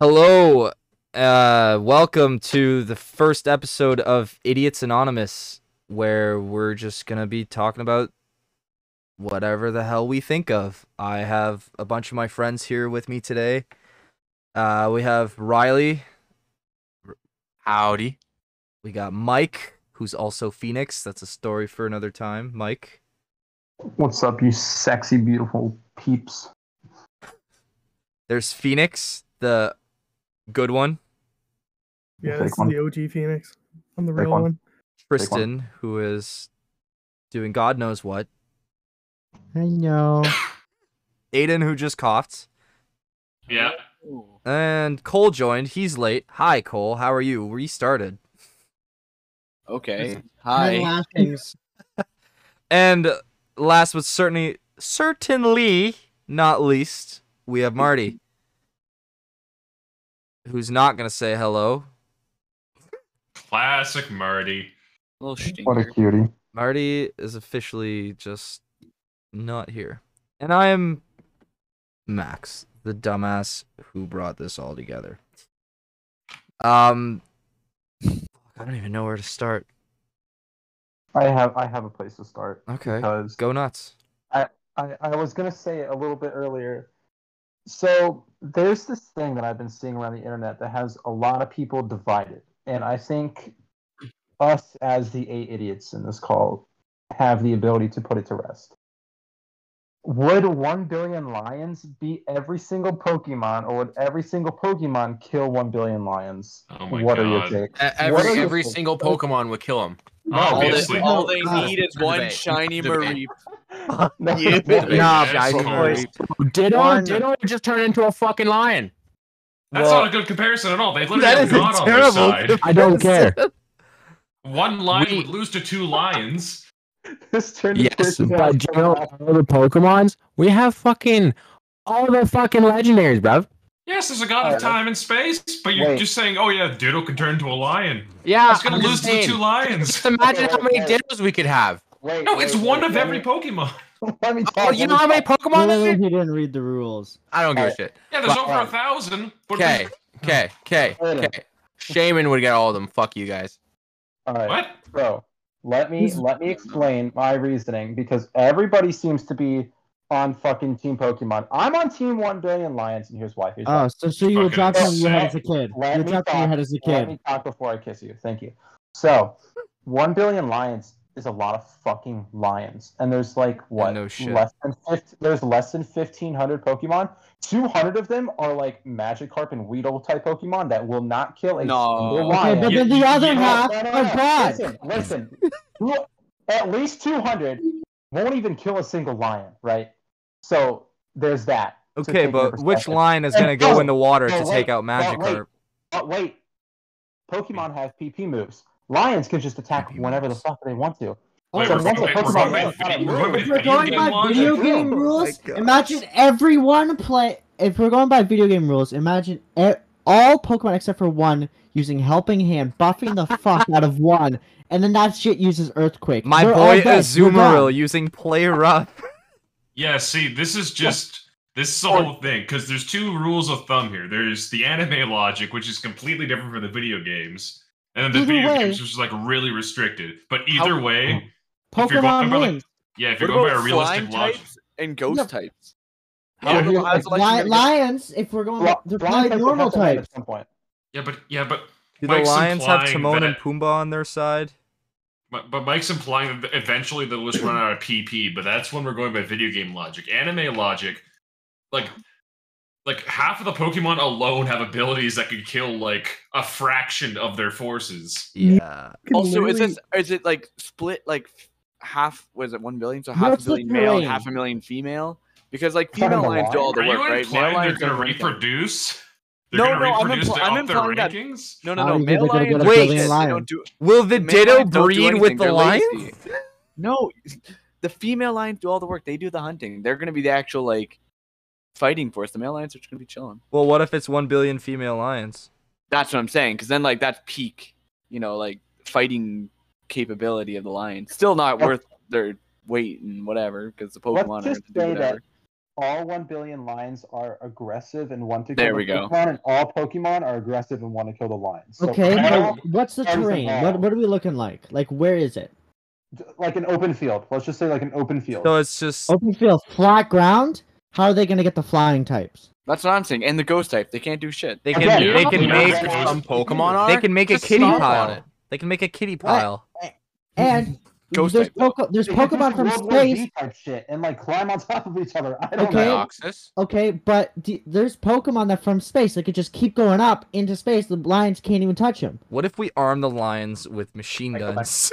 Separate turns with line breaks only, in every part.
Hello. Uh, welcome to the first episode of Idiots Anonymous, where we're just going to be talking about whatever the hell we think of. I have a bunch of my friends here with me today. Uh, we have Riley.
Howdy.
We got Mike, who's also Phoenix. That's a story for another time. Mike.
What's up, you sexy, beautiful peeps?
There's Phoenix, the good one.
We'll
Yeah,
take
this is
one.
the OG Phoenix. I'm the
Take
real
one.
one.
Tristan, who is doing God knows what.
I know.
Aiden, who just coughed.
Yeah.
And Cole joined. He's late. Hi, Cole. How are you? We started.
Okay.
I'm
Hi.
laughing.
And last but certainly, certainly not least, we have Marty, who's not gonna say hello.
Classic Marty.
Little
What a
stinker.
cutie.
Marty is officially just not here, and I am Max, the dumbass who brought this all together. Um, I don't even know where to start.
I have I have a place to start
Okay,
because
go nuts.
I, I was gonna say it a little bit earlier. So there's this thing that I've been seeing around the internet that has a lot of people divided, and I think us as the eight idiots in this call have the ability to put it to rest. Would one billion lions beat every single Pokemon, or would every single Pokemon kill one billion lions?
Oh my
what are your
god.
takes? What
E-,
are
Every,
your
every
takes?
single Pokemon would kill him. All
Obviously.
they, all they
Oh,
need is one shiny Marie.
No,
You
no.
big
Nah,
ass
guys,
boys.
Ditto,
One-
Ditto just turned into a fucking lion.
That's
Well-
not a good comparison at all. They literally
That
have
is a
God on their
terrible
side.
I don't care.
One lion
We-
would lose to two lions.
This turned
Yes,
into
but you know all the Pokemons? We have fucking all the fucking legendaries, bruv.
Yes, there's a God
Alright.
of time and space, but you're
Wait.
just saying, oh yeah, Ditto can turn into a lion.
Yeah,
It's gonna
I'm
lose
just
to the
saying.
two lions.
Just imagine how many
Wait, wait,
Dittos we could have.
Wait,
No, it's one of every
every
Pokemon.
Let me tell
Oh, you know how many Pokemon there
Clearly,
are?
he didn't read the rules.
I don't give a
Alright.
shit.
Yeah, there's
But-
over a thousand. But
Okay, okay, okay,
Wait a-
okay. Shaman would get all of them. Fuck you guys.
All right,
what?
so let me
This-
let me explain my reasoning because everybody seems to be on fucking Team Pokemon. I'm on Team One Billion Lions, and here's why. Here's why.
Oh, so, so you were
Fucking
dropping on your head as
insane.
a kid.
Let
You're
me
dropping on your
talk.
head as a
Let
kid.
me talk before I kiss you. Thank you. So, one billion lions is a lot of fucking lions, and there's like what?
no shit.
Less than 50, there's less than fifteen hundred Pokemon. Two hundred of them are like Magikarp and Weedle type Pokemon that will not kill a
No.
single
Okay,
lion.
but
You-
then the
you-
other
you-
half
No, no,
are
no.
God.
Listen, listen. Look, At least 200 won't even kill a single lion, right? So there's that. to
Okay,
take into
but which
perspective.
line is
And
gonna go
no,
in the water
no,
to
wait,
take out
no, wait.
Magikarp?
But wait, Pokemon have PP moves. Lions can just attack
PP
whenever
moves.
the fuck they want to.
Wait,
So
we're
once a
going by-
Pokemon
we're going by
learns how to
video-
move-
we're going by video
If we're going
game
by
logic.
video
logic.
game
Oh my
rules,
God.
imagine everyone play. If we're going by video game rules, imagine e- all Pokemon except for one using Helping Hand, buffing the fuck out of one, and then that shit uses Earthquake.
My
They're all
boy
dead. You're gone.
Azumarill using play rough.
Yeah, see, this is just this is the whole thing because there's two rules of thumb here. There's the anime logic, which is completely different from the video games, and then the
Either
video
way-
games, which is like really restricted. But either way, If you're going
Pokemon
by, like,
wins.
yeah, if
Oh. What
you're going by a
about
realistic
flying
logic,
types and ghost
No.
types?
Yeah,
How do
here's-
lions like
Li-
to-
lions, if we're going, by,
Li-
they're
lions have
probably
to
normal
have to win
types.
At some point.
yeah, but yeah, but
Do the
Mike's
Lions have
implying
Timon and
that-
Pumbaa on their side?
but, but Mike's implying that eventually they'll just run out of PP. But that's when we're going by video game logic. Anime logic, like like half of the Pokemon alone have abilities that could kill like a fraction of their forces.
Yeah.
Can
Also, is
literally-
this is it like split like f- half? Was it one billion? So
No,
half
it's
a
split
billion male and
terrain.
half a million female. Because like
Kind of a
female lions do all the
Are you
work, right? Male
implying they're
lions
going to
don't do anything.
reproduce? They're
No,
gonna
no, I'm
reproduce
impl-
to
I'm
up their
implying that-
rankings?
No,
How
no, no.
do you think
Male
they're gonna
lions
get a
they
billion
lions?
don't do.
Will the
male
ditto
lions don't do
breed with
anything,
the
they're
lions?
lazy. No, the female lions do all the work. They do the hunting. They're gonna be the actual like fighting force. The male lions are just gonna be chilling.
Well, what if it's one billion female lions?
That's what I'm saying. Because then like that's peak, you know, like fighting capability of the lion. Still not
Let's-
worth their weight and whatever because the
Let's
Pokemon are
just
to do
say
whatever.
that all one billion lions are aggressive and want to kill
There
the
we go.
Pokemon, and all Pokemon are aggressive and want to kill the lions. So
Okay,
all-
well, what's the
As of
terrain?
now.
What what are we looking like? Like where is it?
like an open field. Let's just say like an open field.
So it's just
Open field, flat ground. How are they gonna get the flying types?
That's what I'm saying. And the ghost type, they can't do shit.
they can
Again,
you
they
don't
can
need
make
that.
some Pokemon are.
they can make a
Just
kitty
stomp on
pile.
it.
They can make a kitty pile.
And
Ghost
there's,
type, though.
Poke- there's
They could
Pokemon
do
from
World War Z
space.
type shit and like climb on top of each other. I don't
Okay.
know.
Deoxys.
Okay, but d- there's Pokemon that from space that could just keep going up into space. The lions can't even touch them.
What if we arm the lions with machine
Like, go back.
guns?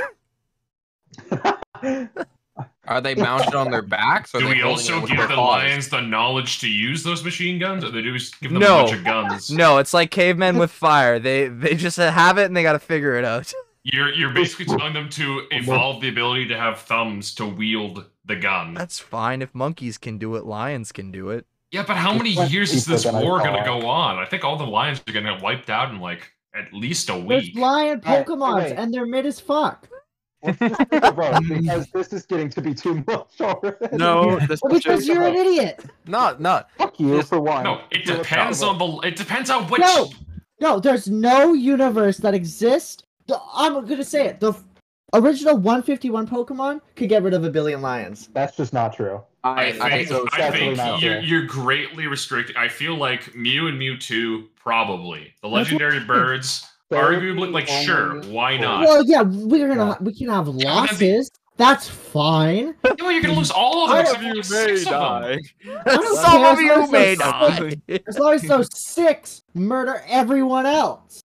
Are they mounted on their backs? Or are
Do
they
we
holding it
also
with
give
their
the
paws?
lions the knowledge to use those machine guns, or they do we just give them
No.
a bunch of guns?
no, it's like cavemen with fire. They they just have it and they gotta figure it out.
You're you're basically telling them to evolve the ability to have thumbs to wield the gun.
That's fine if monkeys can do it, lions can do it.
Yeah, but how many
That's
years is
cheaper
this
than I
war gonna
thought.
go on? I think all the lions are gonna get wiped out in like at least a
There's
week.
lion
Alright,
Pokemons,
wait.
and they're mid as fuck.
Let's just take a vote because this is getting to be too much already.
No, this
Well, Oh, because
Sure.
you're an idiot.
Not, not.
Fuck you for one.
No, it
You're a
depends on
coward.
the. It depends on which.
No, no. There's no universe that exists. The, I'm gonna say it. The f- original 151 Pokemon could get rid of a billion lions.
That's just not true.
I
I, I,
think,
so
I
definitely
think
not
you're,
there.
you're greatly restricted. I feel like Mew and Mewtwo probably the
That's what
legendary
I'm saying.
birds.
There
Arguably,
is
like
only-
sure, why not?
Well, yeah, we're gonna
Yeah.
we can have
Yeah, that'd be-
losses. That's fine.
No, you're gonna lose all of them. except for six of them.
don't
Some
care,
of
it's
you
also
may not.
sick. As long as those six murder everyone else,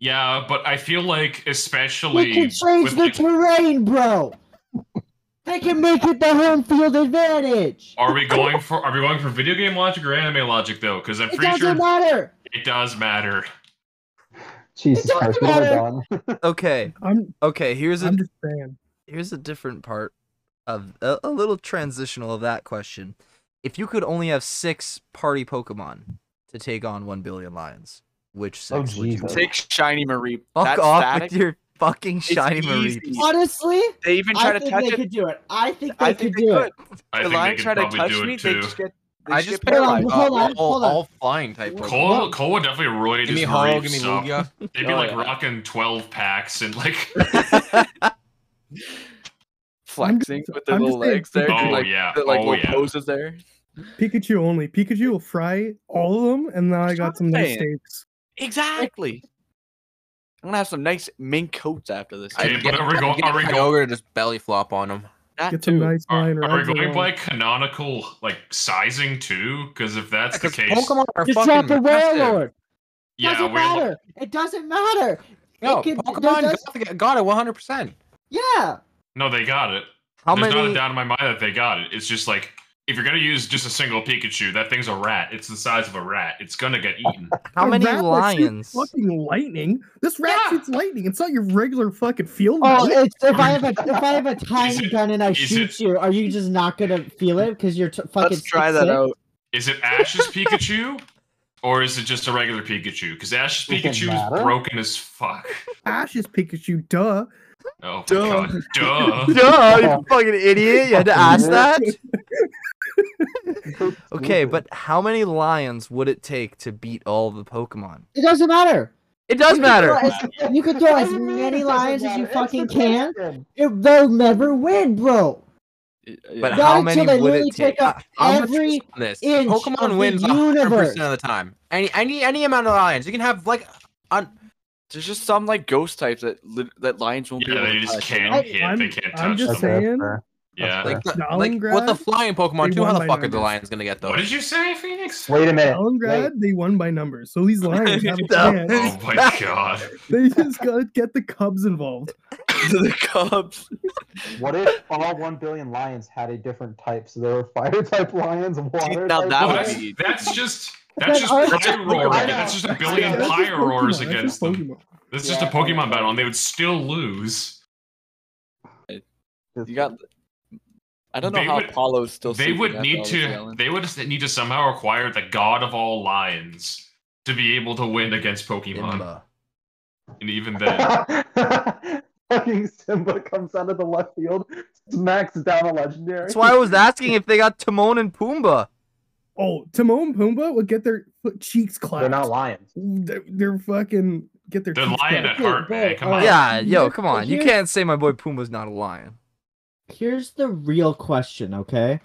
Yeah, but I feel like
they
especially
can change
with
the
like,
terrain, bro. They can make it the home field advantage.
are we going for are we going for video game logic or anime logic though? Because I'm
It
pretty
doesn't
sure
matter.
it does matter.
Jesus
It
Christ,
doesn't
what have I
matter.
done?
Okay,
I'm
okay. Here's a
I'm just saying.
here's a different part of a, a little transitional of that question. If you could only have six party Pokemon to take on one billion lions, which
Oh,
six would you
Jesus.
take?
Take shiny Marie.
Fuck
That's
off
static.
with your fucking shiny
easy.
Mareeps.
Honestly,
They even try
I
to
think
touch
they
it.
could do it. I think they
I
could
think
do
they could.
it.
I
The
think they
lion
could
tried to
probably
touch
do
me.
it
They
too.
just get. They
I
just
just
get
picked like
paralyzed.
uh,
Hold on,
all,
hold on.
all flying type Pokemon.
Cole, Cole would definitely roid
Give
his
me Ho, give me
Mareeps up.
Lugia.
They'd be
Oh,
like
yeah.
rocking twelve packs and like,
flexing
just-
with their
I'm just
little
saying
legs there,
oh
like
yeah,
the, like
oh
little
yeah.
poses there.
Pikachu only. Pikachu will fry all of them, and now I got some nice
Something.
steaks.
Exactly. I'm gonna have some nice mink coats after this.
Okay,
I'd get,
but are we go-
I'd get
are we go-
Kyogre to just belly flop on him.
That
Get some
too.
nice
Are,
wine.
are we going by canonical like sizing too? Because if that's the case,
Pokemon are
Just
fucking
drop the
massive.
Warlord.
yeah,
doesn't
we're lo-
matter. It doesn't matter.
No,
It could- it
Pokemon
does-
got, got it 100. percent
Yeah.
no, they got it.
How
There's not a
many?
doubt in my mind that they got it. It's just like if you're gonna use just a single Pikachu, that thing's a rat. It's the size of a rat. It's gonna get eaten.
How
A
many
rat that
lions?
shoots Fucking lightning! This rat shoots lightning. It's not your regular fucking field.
Oh,
mouse.
it's, if I have a if I have a
Is
tiny
it-
gun and I
is
shoot
it-
you, are you just not gonna feel it because you're t- fucking?
Let's try
six
that
six?
out.
Is it Ash's Pikachu? Or is it just a regular Pikachu? Because Ash's
Does it
Pikachu
matter?
is broken as fuck.
Ash is Pikachu. Duh.
Oh my
Duh.
god. Duh.
Duh, you fucking idiot! You had to ask that. Okay,
Stupid.
but how many lions would it take to beat all the Pokemon?
It doesn't matter.
It does matter.
You could throw as, you could throw as
Doesn't mean it
many
doesn't
lions as
matter.
you
It's
fucking
the
can.
question.
It, they'll never win, bro.
But
Yeah.
Not
how
until
many
they
would
literally
it take?
take up
How much
every
is on this?
inch of the
Pokemon wins 100
universe.
percent of the time. Any any any amount of lions, you can have like
There's just some like ghost types that li- that lions won't be
Yeah,
able
they
to
just
touch, you know?
can't hit. They
I'm-
can't
I'm
touch
just
them.
That's
saying-
fair.
yeah.
like, the,
Sure.
like what the
Stalingrad,
flying Pokemon
they
too. How
won
the
by
fuck are the
numbers.
lions gonna get
What
those?
did you say, Phoenix?
Wait a minute.
Oh.
Stalingrad,
Wait.
they won by numbers, so these lions have a plan.
Oh my god.
They just gotta get the Cubs involved.
the cubs.
What if all one billion lions had a different type? So there were fire type lions, water
now
type
that would
that's,
be-
that's just
But
that's just
I-
pyroar.
I know.
That's just a
I know.
billion
That's just Pokemon,
pyroars
that's
against
just
them.
Pokemon.
That's just a
Yeah.
Pokemon battle, and they would still lose.
lions.
You got. I don't know
They
how
would-
Apollo's still.
they
sleeping
would
after
need
all this
to
yelling.
they would need to somehow acquire the god of all lions to be able to win against pokemon
Simba.
and even then
Fucking Simba comes out of the left field, smacks down a legendary.
That's why I was asking if they got Timon and Pumbaa.
Oh, Timon and Pumbaa would get their foot cheeks clapped.
They're not lions.
They're, they're fucking get their.
They're
cheeks
lying
clapped.
at heart,
Here,
man.
bro,
Come
uh,
on.
Yeah, yo,
here-
come on. You
here-
can't say my boy Pumbaa's not a lion.
Here's the real question, okay?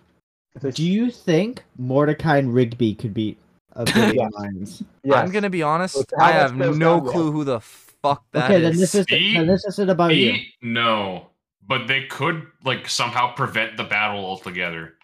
If they-
Do you think Mordecai and Rigby could beat a billion lions?
Yes.
I'm gonna be honest.
Okay, how
I
much
have
goes
no
down there?
clue who the fuck that is.
okay, then this is
See?
then this isn't
Oh,
about you.
Eight? No, but they could like somehow prevent the battle altogether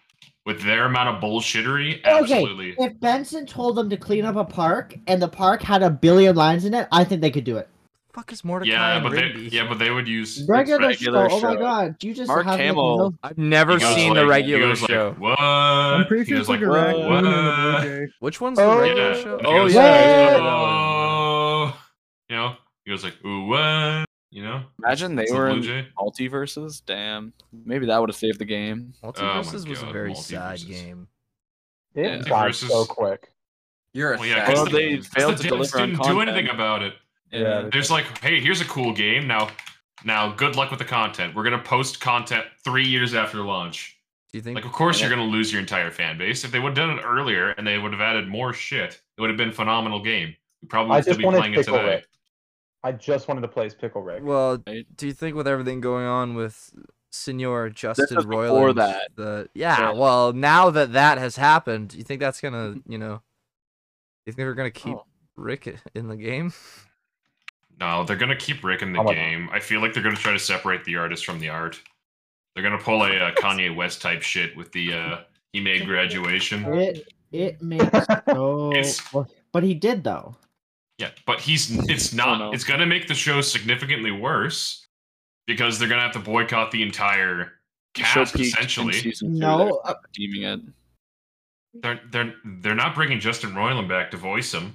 with their amount of bullshittery. Absolutely.
If Benson told them to clean up a park and the park had a billion lions in it, I think they could do it.
fuck is Mordecai
Yeah,
and
but they
Rigby?
yeah, but they would use
Regular,
regular
show. Oh my
show.
god, you just
Mark
have like,
Hamill.
no-
I've never
He goes
seen
like-
the
he
regular
goes like,
show.
what?
I'm pretty
He
sure it's
goes
like,
like,
a raccoon and a
what?
blue jay.
Which one's the
Oh,
regular
Yeah.
show?
And he
Oh
goes
yeah,
like,
yeah, yeah,
"Oh," You know, he goes like, ooh, what? You know,
Imagine they
It's
were
Blue
in
Jay.
multiverses. Damn, maybe that would have saved the game.
that one.
Oh my
Multiverses was a
God,
very sad
Multiverses.
game.
It
Yeah.
died
Versus-
so quick.
You're a
Well, yeah,
fag.
'cause
Well,
the-
they
'cause
failed
the
to
devs
deliver on
didn't do
content.
anything about it.
Yeah, they-
There's like, hey, here's a cool game. Now, now, good luck with the content. We're gonna post content three years after launch.
Do you think?
Like, of course, you're gonna lose your entire fan base. If they would have done it earlier and they would have added more shit, it would have been a phenomenal game. We probably
I
would still
just
be
wanted
playing it
Pickle
today.
Rick. I just wanted to play as Pickle Rick.
well,
Right.
do you think with everything going on with Senor Justin
was before
Roiland,
that.
the yeah,
Yeah.
well, now that that has happened, do you think that's gonna, you know, you think they're gonna keep
Oh.
Rick i- in the game?
No, they're gonna keep Rick in the
Oh my God.
game. I feel like they're gonna try to separate the artist from the art. They're gonna pull a uh, Kanye West type shit with the uh, he made graduation.
It it makes so
It's-
well, but he did though.
Yeah, but he's it's
Oh, no.
not. It's gonna make the show significantly worse because they're gonna have to boycott the entire
Show
cast
peaked in
essentially.
season two,
No,
they're
uh,
redeeming it.
They're they're they're not bringing Justin Roiland back to voice him,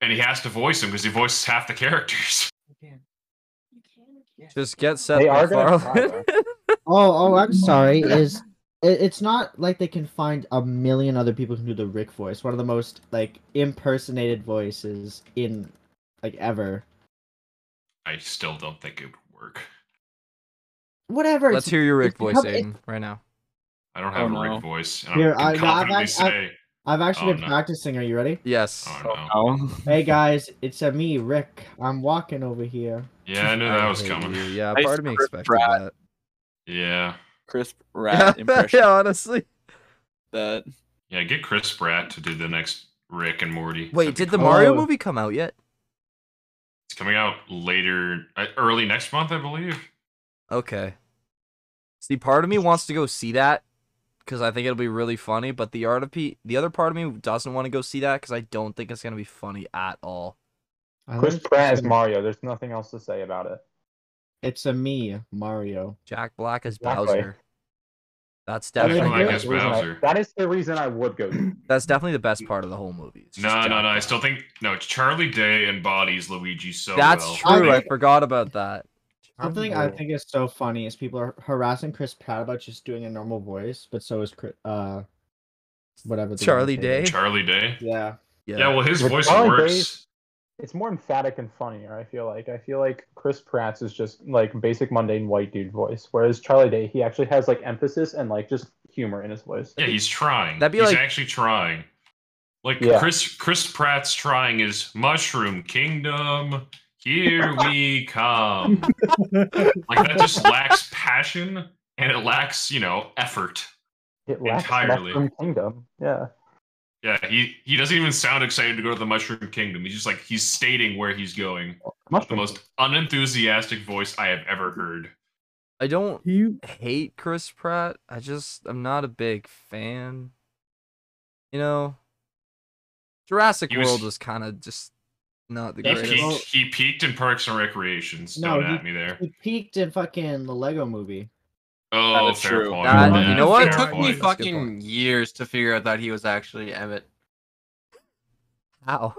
and he has to voice him because he voices half the characters.
Just get Seth
They are gonna try,
MacFarlane.
Oh, oh, I'm sorry. Is it, it's not like they can find a million other people who can do the Rick voice, one of the most like impersonated voices in like ever.
I still don't think it would work.
Whatever.
Let's
it's-
hear your Rick
it's
voice,
become- it-
Aiden, right now.
I don't have
Oh,
a
no.
Rick voice, and
Here, I-
I
I've-
can confidently
I've-
say,
I've actually
Oh,
been
no.
practicing. Are you ready?
Yes.
oh no.
Oh,
Hey guys, it's a me, Rick. I'm walking over here.
Yeah, I knew that was
hate
coming.
you. Yeah,
Nice
part of me
Chris
expected
Pratt
that.
Yeah,
crisp
Yeah,
rat
yeah,
impression.
honestly.
That
yeah. Get Chris Pratt to do the next Rick and Morty.
Wait,
That'd be
did the
cool.
Mario
Oh.
movie come out yet?
It's coming out later, uh, early next month, I believe.
Okay. See, part of me wants to go see that because I think it'll be really funny, but the art of P- the other part of me doesn't want to go see that because I don't think it's gonna be funny at all.
I
Chris
learned-
Pratt is Mario. There's nothing else to say about it.
It's a me, Mario.
Jack Black as
Exactly.
Bowser. That's
That's
definitely
Jack Black
the
as
reason I-
Bowser.
that is the reason I would go.
that's definitely the best part of the whole movie. It's just
No,
Jack
no, no. I
Black.
still think no. Charlie Day embodies Luigi so
That's
well.
true.
I
I
think-
forgot about that.
Something I think is so funny is people are harassing Chris Pratt about just doing a normal voice, but so is Chris, uh, whatever. the
Charlie
name is.
Day?
Charlie Day.
Yeah.
Yeah.
Yeah, well, his
With
voice
Charlie
works.
Day's- It's more emphatic and funnier. I feel like I feel like Chris Pratt's is just like basic mundane white dude voice, whereas Charlie Day he actually has like emphasis and like just humor in his voice.
Yeah, he's trying.
That'd be
he's
like-
actually trying. Like
Yeah.
Chris Chris Pratt's trying is Mushroom Kingdom. Here we come. like that just lacks passion and it lacks, you know, effort.
It lacks
Entirely.
Mushroom Kingdom. Yeah,
Yeah, he he doesn't even sound excited to go to the Mushroom Kingdom. He's just like he's stating where he's going. The
Mushroom.
most unenthusiastic voice I have ever heard.
I don't
You
hate Chris Pratt. I just I'm not a big fan. You know, Jurassic
He was-
World was, kind of just not the
He
That's-
greatest.
well-
peaked, he peaked in Parks and Recreations.
No,
Don't
he-
at me there.
He peaked in fucking the Lego movie.
Oh,
That's
fair
true.
point.
That-
Yeah,
you know what?
fair
It
It took
point.
me
That's a good
fucking
point.
years to figure out that he was actually Emmett.
How?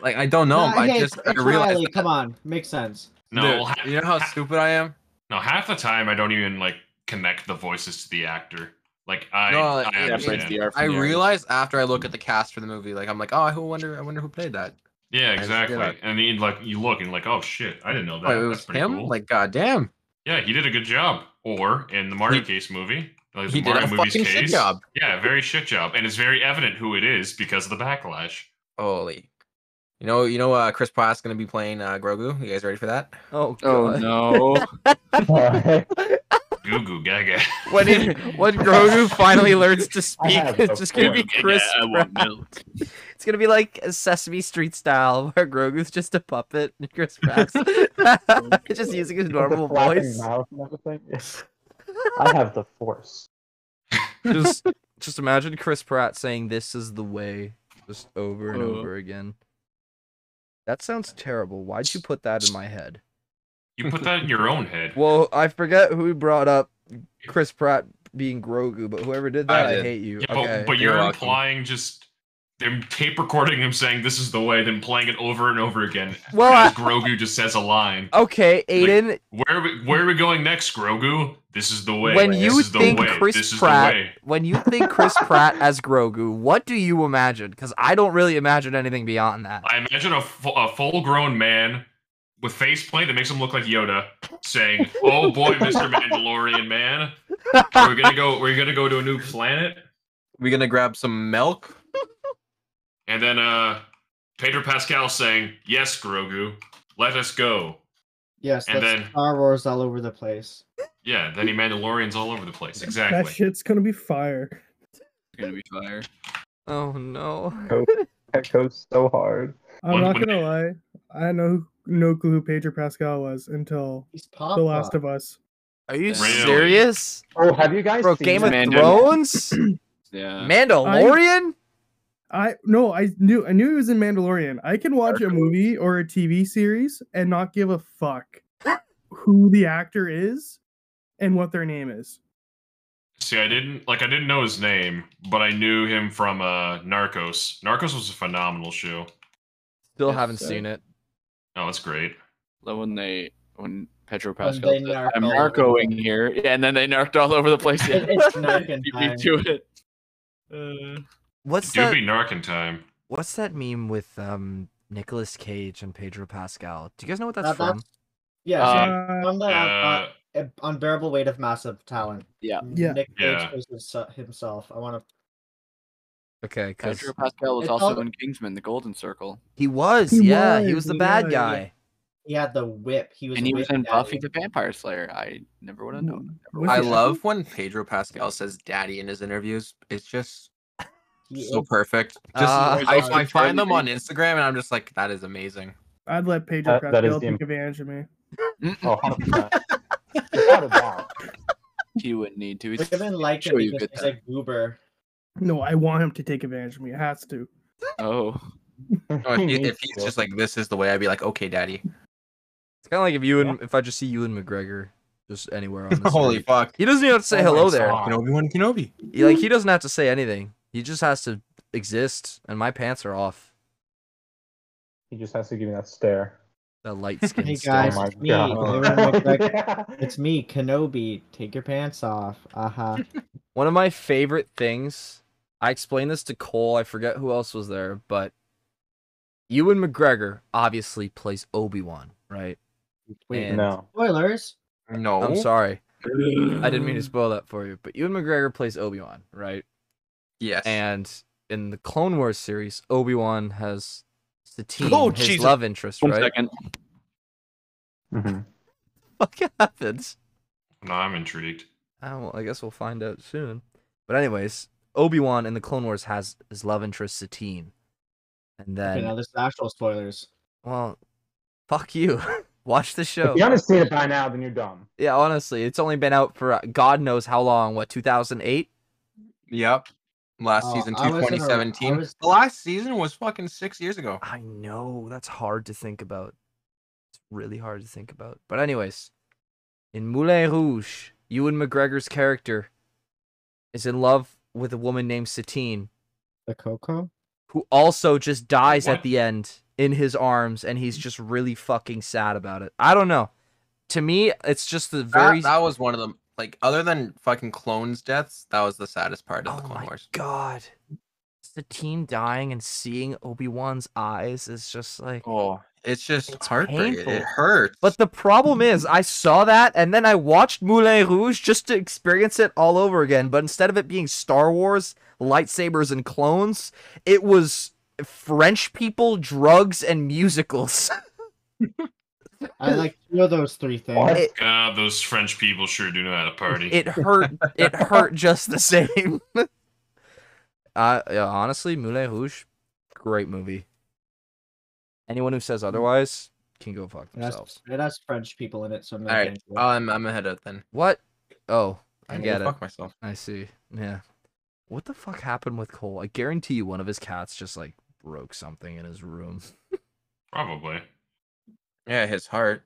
Like I don't know.
Uh,
I
hey,
just I
Charlie,
realized. that-
come on, makes sense.
No,
Dude,
well, ha-
you know how
ha-
stupid I am.
No, half the time I don't even like connect the voices to the actor. Like I,
No,
I
like, yeah,
understand.
separates the art from
I
the artist.
realized after I look at the cast for the movie, like I'm like, oh, I who wonder, I wonder who played that.
yeah,
just did
exactly.
it.
And then like you look and like, oh shit, I didn't know that.
Oh, it
That's
was
pretty
him.
cool.
Like, goddamn.
yeah, he did a good job. Or in the Marty
He-
Case movie, Like,
He did
Mario
a
movie's
fucking shit
case.
job.
Yeah, very shit job, and it's very evident who it is because of the backlash.
Holy. You know, you know, uh, Chris Pratt's gonna be playing uh, Grogu. You guys ready for that?
Oh, God.
Oh no!
Alright.
Goo goo gaga.
when he, when Grogu finally learns to speak,
have
it's just gonna be
before.
Chris.
Yeah, I
Pratt.
want milk.
It's gonna be like a Sesame Street style, where Grogu's just a puppet and Chris Pratt's just using his
With the
normal
flapping
voice.
mouth and everything. I have the force.
Just, just imagine Chris Pratt saying, "This is the way," just over and
Uh.
over again. That sounds terrible. Why'd you put that in my head?
You put that in your own head.
Well, I forget who brought up Chris Pratt being Grogu, but whoever did
I
that, I,
did.
hate you.
Yeah, but,
okay.
but you're,
you're welcome.
implying just they're tape recording him saying this is the way, then playing it over and over again.
Well,
as
I,
Grogu just says a line.
okay, Aiden,
Where are we, where are we going next, Grogu? This is the way.
when
this
you
is the
think
way. this
Chris
is the
Pratt,
way.
when you think Chris Pratt as Grogu, what do you imagine? Because I don't really imagine anything beyond that.
I imagine a, fu- a full-grown man with face paint that makes him look like Yoda, saying, "Oh boy, Mr. Mandalorian man, we're gonna go. We're gonna go to a new planet."
We gonna grab some milk?
And then uh, Pedro Pascal saying, "Yes, Grogu, let us go."
Yes,
And
that's
then-
Star Wars all over the place.
Yeah, then he Mandalorians all over the place.
That
Exactly.
shit's gonna be fire.
It's gonna be fire.
Oh no.
That goes so hard.
I'm
One-
not
one-
gonna lie. I had no no clue who Pedro Pascal was until
He's pop.
The Last of Us.
Are you
Really?
serious?
Oh, have you guys
Bro,
seen
Game of
Mandalorian.
Thrones?
Yeah.
Mandalorian?
I no, I knew I knew he was in Mandalorian. I can watch a movie or a TV series and not give a fuck who the actor is and what their name is.
See, I didn't like I didn't know his name, but I knew him from uh Narcos. Narcos was a phenomenal show.
Still
Yes,
haven't
sir.
seen it.
Oh, it's great.
Like when they when Pedro
When
Pascal
they
said,
narc
I'm
all over the
narcoing
place.
here, yeah, and then they narked all over the place. Yeah.
It- it's narcing
Beat
time.
me to it. Uh,
What's
Do
that?
be narcan time.
What's that meme with um Nicolas Cage and Pedro Pascal? Do you guys know what that's
Uh,
from?
that's- Yeah,
Uh,
so
Uh,
from that
Uh,
uh, uh, unbearable weight of massive talent.
Yeah.
Yeah.
Nick Cage
Yeah.
was himse- himself. I want to.
Okay, because
Pedro Pascal was
It's
also
all-
in Kingsman: The Golden Circle,
he was,
He
yeah, he
was,
was the
he
bad
was.
guy.
He had the whip. He was.
and
a
he was
whip
in
daddy.
Buffy the Vampire Slayer. I never would have known.
Mm,
Never
Was
I
he
love when Pedro Pascal says "daddy" in his interviews. It's just
He
so
is-
perfect. Just
Uh,
I,
There's
I
also
find them on
Charlie
Instagram, and I'm just like, that is amazing.
I'd let Pedro
That- that is
Pascal
the-
take advantage of me.
would've-
Oh, 100%. Without a doubt.
he wouldn't need to.
We
He's-
even like
show
him
you
because
good
he's
time.
a goober.
No, I want him to take advantage of me. It has to.
Oh,
No, if,
He
he-
needs
if he's
to.
just like, this is the way, I'd be like, okay, daddy.
It's kind of like if you and if I just see you and McGregor just anywhere on this.
Holy
earth.
fuck!
He doesn't even have to say
Oh my
hello there.
God.
Kenobi, one Kenobi.
He- like he doesn't have to say anything. He just has to exist, and my pants are off.
He just has to give me that stare.
That light skin.
Hey,
still.
guys.
oh my
it's me,
god.
Aaron McGregor. It's me, Kenobi. Take your pants off. Aha.
One of my favorite things. I explained this to Cole. I forget who else was there, but Ewan McGregor obviously plays Obi Wan, right?
Wait,
And-
no.
spoilers.
No,
I'm sorry, I didn't mean to spoil that for you. But Ewan McGregor plays Obi Wan, right?
Yes.
And in the Clone Wars series, Obi Wan has Satine,
Oh,
his
Jesus.
love interest,
one
right?
second.
Mm-hmm. What happens?
No, I'm intrigued.
I don't. I guess we'll find out soon. But anyways, Obi Wan in the Clone Wars has his love interest Satine, and
Okay,
then
now this is actual spoilers.
well, fuck you. Watch the show.
If you haven't seen it by now, then you're dumb.
Yeah, honestly, it's only been out for uh, God knows how long. What 2008?
Yep. Last
Uh,
Oh,
season,
I
too,
was in a- I
2017.
was-
The last season was fucking six years ago.
I know that's hard to think about. It's really hard to think about. But anyways, in Moulin Rouge, Ewan McGregor's character is in love with a woman named Satine,
The Coco.
who also just dies at
What?
the end in his arms and he's just really fucking sad about it. I don't know. To me, it's just the very
That, that was one of them. Like, other than fucking clones' deaths, that was the saddest part of
Oh
the Clone
my
Wars.
god. Satine dying and seeing Obi-Wan's eyes is just like
Oh, it's just
It's
heartbreaking. It
painful.
hurts.
But the problem is, I saw that and then I watched Moulin Rouge just to experience it all over again. But instead of it being Star Wars, lightsabers, and clones, it was French people, drugs, and musicals.
I like two of those three things.
What?
It,
God, Uh, those French people sure do know how to party.
it hurt. It hurt just the same. uh, yeah, honestly, Moulin Rouge, great movie. Anyone who says otherwise can go fuck
It has,
themselves.
it has French people in it, so I'm not
All right,
getting into it.
oh, I'm I'm ahead of it then.
What? Oh, I
I'm
get
gonna
it.
Fuck myself.
I see. Yeah. What the fuck happened with Cole? I guarantee you one of his cats just like broke something in his room.
Probably.
Yeah, his heart.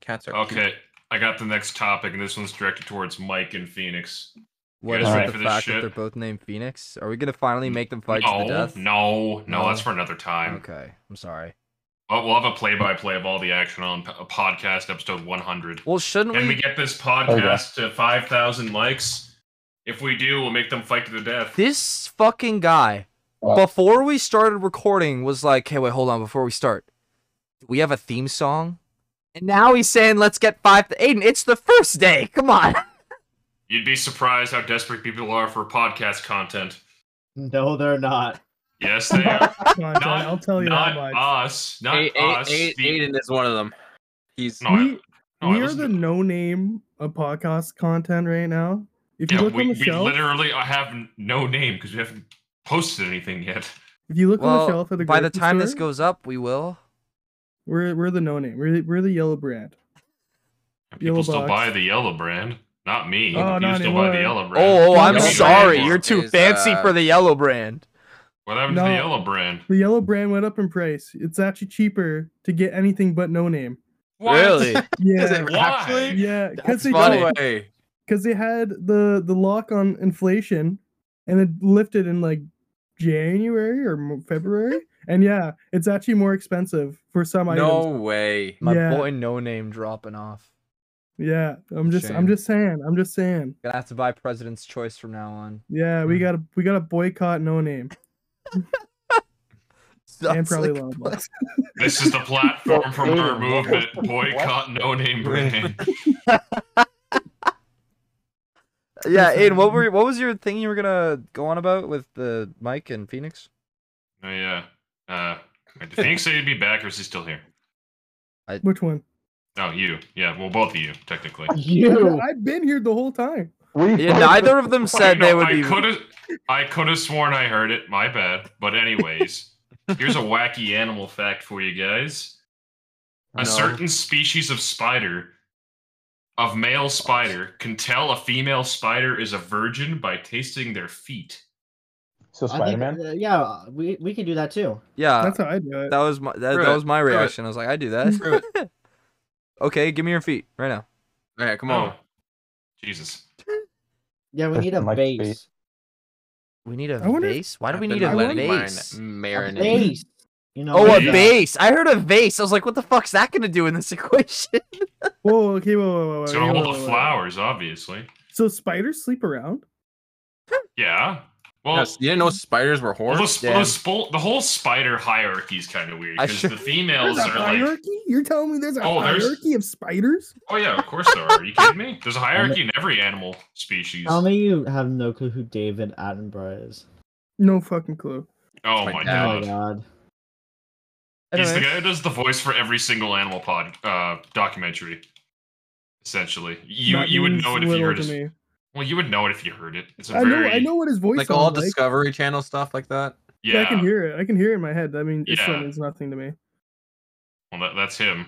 Cats are cute.
Okay, I got the next topic, and this one's directed towards Mike and Phoenix.
What
guys
is
ready
with
for
the
this
fact that
shit?
they're both named Phoenix? Are we gonna finally make them fight to the
No,
death?
no, no, that's
No.
for another time.
Okay, I'm sorry.
Well, we'll have a play-by-play of all the action on p- podcast episode 100.
Well, shouldn't
Can
we?
we get this
Oh,
podcast to 5,000 likes? If we do, we'll make them fight to the death.
This fucking guy,
What?
before we started recording, was like, "Hey, wait, hold on. Before we start, do we have a theme song." And now he's saying, "Let's get five." Aiden, it's the first day. Come on.
You'd be surprised how desperate people are for podcast content.
No, they're not.
Yes, they are.
Content,
not,
I'll tell you
not
that much.
us. Not
A- A-
us.
A-
the-
Aiden is one of them. He's
no, I-
We-
no, I
we are
listen
the
to-
no name of podcast content right now. If you
Yeah,
look
we,
on the
we
shelf,
literally have n- no name because we haven't posted anything yet.
if you look on the
well,
shelf at the
by the
grocery
time this
store,
goes up, we will.
we're we're the no name. We're the, we're the yellow brand.
People
Yellow
still
box.
buy the yellow brand. Not me.
Oh,
you
not
still buy the
anymore.
yellow brand.
Oh, I'm
Yellow
sorry.
brand
You're
is-
too
is,
fancy
uh,
for the yellow brand.
What happened to
No.
the yellow brand?
The yellow brand went up in price. It's actually cheaper to get anything but no name.
Really?
Is
Yeah,
it
Why?
actually?
yeah, because they
funny.
don't-
way.
'cause they had the the lock on inflation, and it lifted in like January or mo- February. And yeah, it's actually more expensive for some
No
items.
way.
My
Yeah.
boy, no name dropping off.
Yeah, I'm just I'm
Shame.
just saying. I'm just saying.
Gonna have to buy President's Choice from now on.
Yeah, we
Mm.
gotta we gotta boycott no name and
Sounds
probably
like-
Love Box.
This is the platform from our
Aiden,
movement.
what-
Boycott no name brand.
yeah,
Listen,
Aiden, what were what was your thing you were gonna go on about with the Mike and Phoenix?
Oh yeah. Uh, did Phoenix say he'd be back, or is he still here?
Which one?
Oh, you. Yeah. Well, both of you, technically.
You.
I've been here the whole time.
We've
Yeah,
heard
neither
this
of them
I
said they would be.
could have. I could have sworn I heard it. My bad. But anyways, here's a wacky animal fact for you guys. A
No.
certain species of spider, of male spider, can tell a female spider is a virgin by tasting their feet.
So
I think,
Spider-Man.
uh, yeah, we, we can do that too.
Yeah,
That's how I do it.
Uh, that was my that,
Prove
that
it,
was my
prove it.
reaction. I was like, I do that. okay, give me your feet right now.
All right, come
Oh,
on.
Jesus.
Yeah, we need a
Like feet.
base.
We need a
I wonder if-
vase. Why do
I've
we
been
need a
letting mine
vase?
A
Marinate.
base. You know.
Oh, a
Yeah.
vase! I heard a vase. I was like, what the fuck's that gonna do in this equation?
Whoa, okay, whoa, whoa, whoa,
It's
whoa,
gonna
whoa,
hold
whoa,
the
whoa.
flowers, obviously.
So spiders sleep around?
Yeah. Well,
Yes, you didn't know spiders were
well, the,
horse.
sp- the, spo- the whole spider hierarchy is kind of weird
I
because
sure-
the females
There's a
are like
hierarchy? You're telling me there's a
Oh, there's-
hierarchy of spiders?
Oh yeah, of course there are. Are you kidding me? There's a hierarchy in every animal species.
Tell me you have no clue who David Attenborough is.
No fucking clue.
oh
my
my
Oh my
god.
god.
He's the
Anyway.
guy who does the voice for every single animal pod uh, documentary. Essentially, you
That
you would
means
know it if you
little
heard
to
his.
me.
Well, you would know it if you heard it. It's a
I know
very
I know what his voice
like
sounds
all
like.
Discovery Channel stuff like that.
Yeah,
yeah.
I can hear it. I can hear it in my head. I mean, it still
Yeah.
means nothing to me.
well, that, that's him.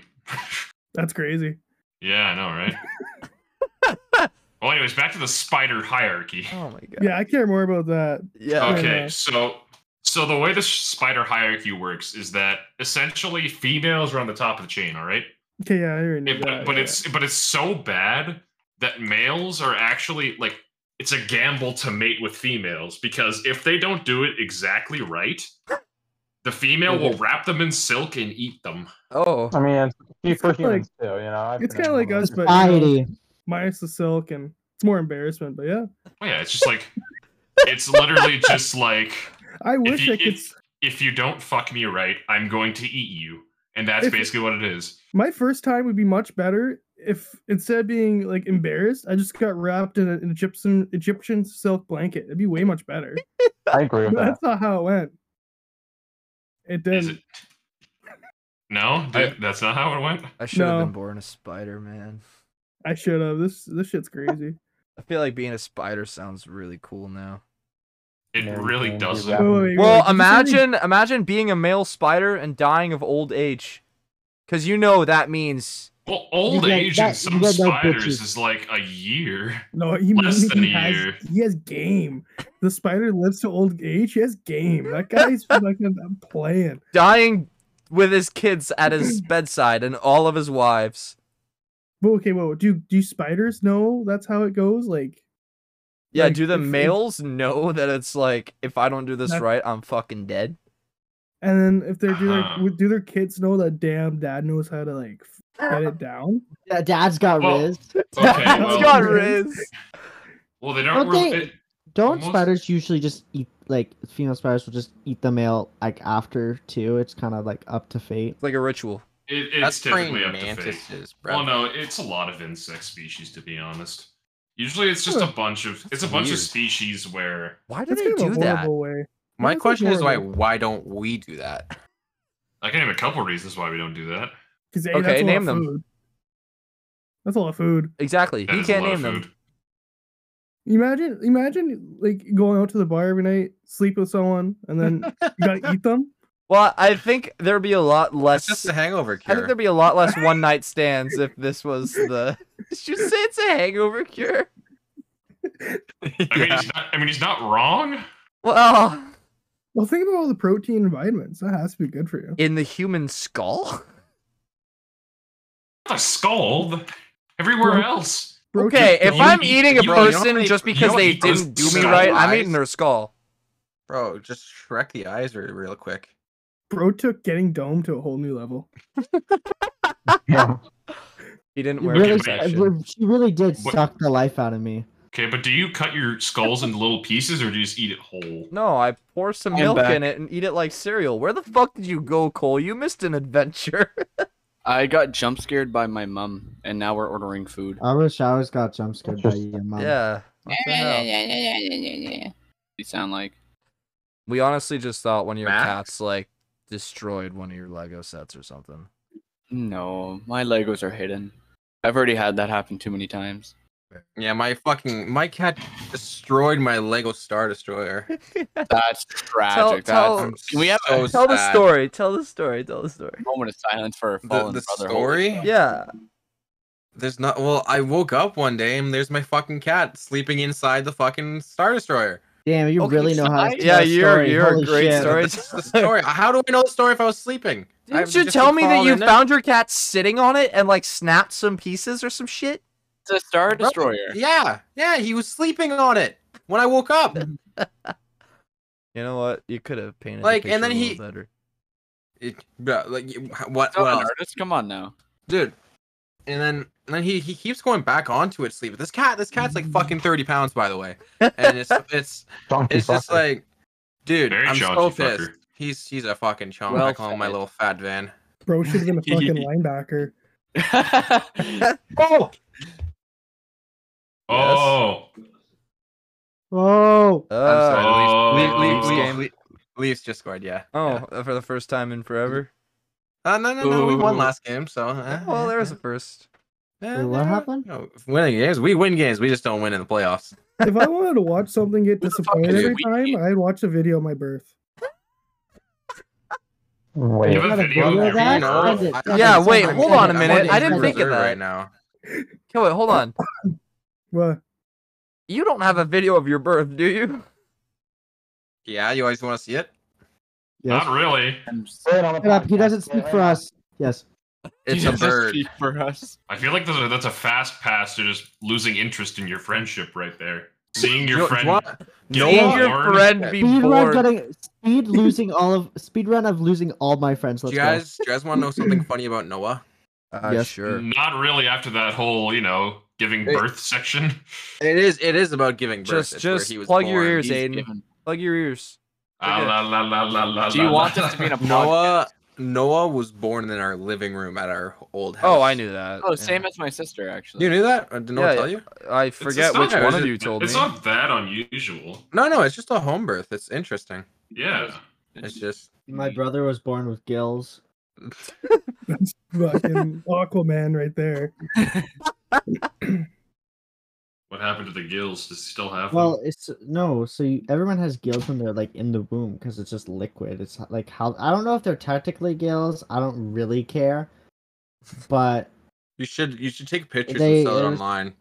That's crazy.
yeah, I know, right? well, anyways, back to the spider hierarchy.
Oh my god.
Yeah, I care more about that.
Yeah.
Oh.
Okay,
Yeah.
so so the way the spider hierarchy works is that essentially females are on the top of the chain. All right.
Okay, yeah, I already know
Yeah, but
that,
but
yeah.
it's but it's so bad that males are actually like it's a gamble to mate with females because if they don't do it exactly right, the female will
Mm-hmm.
wrap them in silk and eat them.
Oh.
I mean, it's cheap
It's
for
kinda
humans too. You know, I've
it's
been
kinda
in
like
one of
us,
those.
but you know,
Society.
minus the silk and it's more embarrassment, but yeah.
Oh yeah, it's just like it's literally just like
I
if
wish
you,
I could
if, if you don't fuck me right, I'm going to eat you. and that's
If-
basically what it is.
my first time would be much better if instead of being like embarrassed, I just got wrapped in a- an Egyptian Egyptian silk blanket. It'd be way much better.
I agree
But
with that.
that's not how it went. It
Is
didn't.
it? No, Did- that's not how it went.
I should have been
No.
born a spider, man.
I should have. This this shit's crazy.
I feel like being a spider sounds really cool now.
It
Yeah,
really
yeah,
doesn't.
yeah.
Wait,
Oh
wait, wait,
Well,
wait, did you say they-
imagine imagine being a male spider and dying of old age. Cuz you know that means
Well, old
get
age in
that- you
some
get no
spiders
bitches.
is like a year.
No, he,
less than a
he has
year.
he has game. The spider lives to old age. He has game. That guy's fucking playing.
dying with his kids at his bedside and all of his wives.
But okay, well, do do spiders know that's how it goes? Like
Yeah,
Like,
do the
if- if-
males know that it's like if I don't do this
That-
right, I'm fucking dead?
And then if they're doing,
Uh-huh.
would do their kids know that damn dad knows how to like
Uh,
get it down?
Yeah, Dad's got
Well,
riz.
Okay,
It's
well,
got
okay.
Riz.
well, they don't.
Well,
Really,
they-
it-
Don't
Most-
spiders usually just eat like female spiders will just eat the male like after too? It's kind of like up to fate.
It's like a ritual.
it-
That's
it's typically
praying
up to fate.
mantises, bro.
Well, no, it's a lot of insect species to be honest. Usually, it's just a bunch of it's a bunch
weird.
of species where
Why do
That's
they
kind
do
of a
that?
horrible way.
My
That's, like,
question is why
horrible.
why don't we do that?
I can name a couple reasons why we don't do that.
'Cause, hey,
Okay,
that's a lot
name
of
them.
Food. That's a lot of food.
Exactly.
That
he
is a
can't
lot of
name them.
food.
Imagine, imagine like going out to the bar every night, sleep with someone, and then you gotta eat them.
Well, I think there'd be a lot
That's
less
just a hangover
I think
cure.
there'd be a lot less one night stands if this was the. Did you say it's a hangover cure?
I mean, he's not, I mean, he's not wrong.
Well,
Well, think about all the protein and vitamins. That has to be good for you.
in the human skull.
Not a skull. th- Everywhere else,
Protein-
Okay, if
skull.
I'm
You-
eating a
you don't- you
don't
person
eat-
just
you
because
don't
they
eat those
didn't do me right, I'm
skull
eating their skull.
Bro, just Shrek the eyes re- real quick.
bro took getting domed to a whole new level.
Yeah.
He didn't
You
wear
really, uh,
really
but-
protection.
she really did
What-
suck the life out of me.
okay. But do you cut your skulls into little pieces, or do you just eat it whole?
No, I pour some
I'm
milk
back.
in it and eat it like cereal. Where the fuck did you go, Cole? You missed an adventure.
I got jump scared by my mum, and now we're ordering food.
I wish I was got jump scared by you, mom.
yeah. what the hell?
You sound like
We honestly just thought one of your
Max?
cats like destroyed one of your Lego sets or something.
no, my Legos are hidden. I've already had that happen too many times.
Yeah, my fucking my cat destroyed my Lego Star Destroyer.
That's tragic.
tell-
That's- Can we have
so
a
Tell the
sad.
story. Tell the story. Tell the story.
moment of silence for our
The,
fallen
the
brother?
story?
Yeah.
There's not. Well, I woke up one day and there's my fucking cat sleeping inside the fucking Star Destroyer.
Damn, you
Okay,
really know how.
I-
To
Yeah,
tell
you're-
story.
you're a
Holy
great
shit.
story.
This is the story. How do I know the story if I was sleeping? I've
Didn't you
just
tell
been
me that
crawling
you
in there.
found your cat sitting on it and like snapped some pieces or some shit?
It's a Star
Bro,
Destroyer.
Yeah, yeah, he was sleeping on it when I woke up.
You know what? You could have painted
Like,
the picture
and then
a little
he-
better.
It- bro, like you- what?
It's not
What
an
else?
artist? Come on now.
dude? And then, and then he he keeps going back onto it sleeping. This cat, this cat's like
Mm.
fucking thirty pounds, by the way. And it's it's
Donkey
it's just
fucker.
like, dude,
Very
I'm so
chonky
pissed.
fucker.
He's he's a fucking chonk. I
Well
call him my
fed.
little fat van.
Bro should have been a fucking linebacker.
Oh,
Oh,
Oh,
Oh,
I'm sorry. Leafs,
Oh.
Leafs, Leafs,
Leafs
Leafs, Leafs just scored. Yeah.
oh, for the first time in forever.
Uh, no, no, no. We won
Ooh.
last game, so. Uh,
Well, there was
uh,
a first.
uh,
Wait, what
uh,
happened?
No, winning games. We win games. We just don't win in the playoffs.
If I wanted to watch something get
Who the fuck
disappointed
is
every
we?
time, I'd watch a video of my birth.
Wait.
Give a
Not a
video of
brother
your
that
You know,
does it.
I-
Yeah,
I'm-
wait,
I'm
hold
getting-
on a
I'm
minute,
getting
I didn't
further
think of that.
Right now.
Okay, wait, hold on.
Well,
You don't have a video of your birth, do you?
Yeah, you always want to see it.
yes.
not really.
Say it on the
Shut up. He
podcast.
doesn't
Say it
speak
right
for
now.
us. Yes.
It's a bird.
for us.
I feel like that's a, that's a fast pass to just losing interest in your friendship right there. Seeing
You-
your
you
friend.
want-
get
Seeing
Seeing
Lord.
your
born.
friend be
Speed run
born.
getting speed losing all of speed run of losing all my friends.
Do
Let's
you guys, do you guys want to know something funny about Noah?
Uh,
Yes.
Sure.
Not really after that whole, you know, giving
Hey.
birth section.
It is, it is about giving birth.
Just,
It's where
just
he was
plug your
born.
ears,
He's
Aiden.
given.
Plug your ears.
Ah,
Okay.
la, la, la, la, la,
Do you
la,
want
la.
this to be in a podcast?
Noah, Noah was born in our living room at our old house.
Oh, I knew that.
Oh,
yeah.
same as my sister actually.
You knew that? Or Did Noah
Yeah,
tell
yeah.
you?
I
It's-
forget
it's
which
not-
one
it's-
of you told
It's
me.
not that unusual.
No, no, it's just a home birth. It's interesting.
Yeah.
It's just
My brother was born with gills.
That's fucking Aquaman right there.
What happened to the gills? Does he still have
Well,
them?
it's no. So you, everyone has gills when they're like in the womb because it's just liquid. It's like how I don't know if they're technically gills. I don't really care, but
you should you should take pictures
They-
and sell it
there's-
online.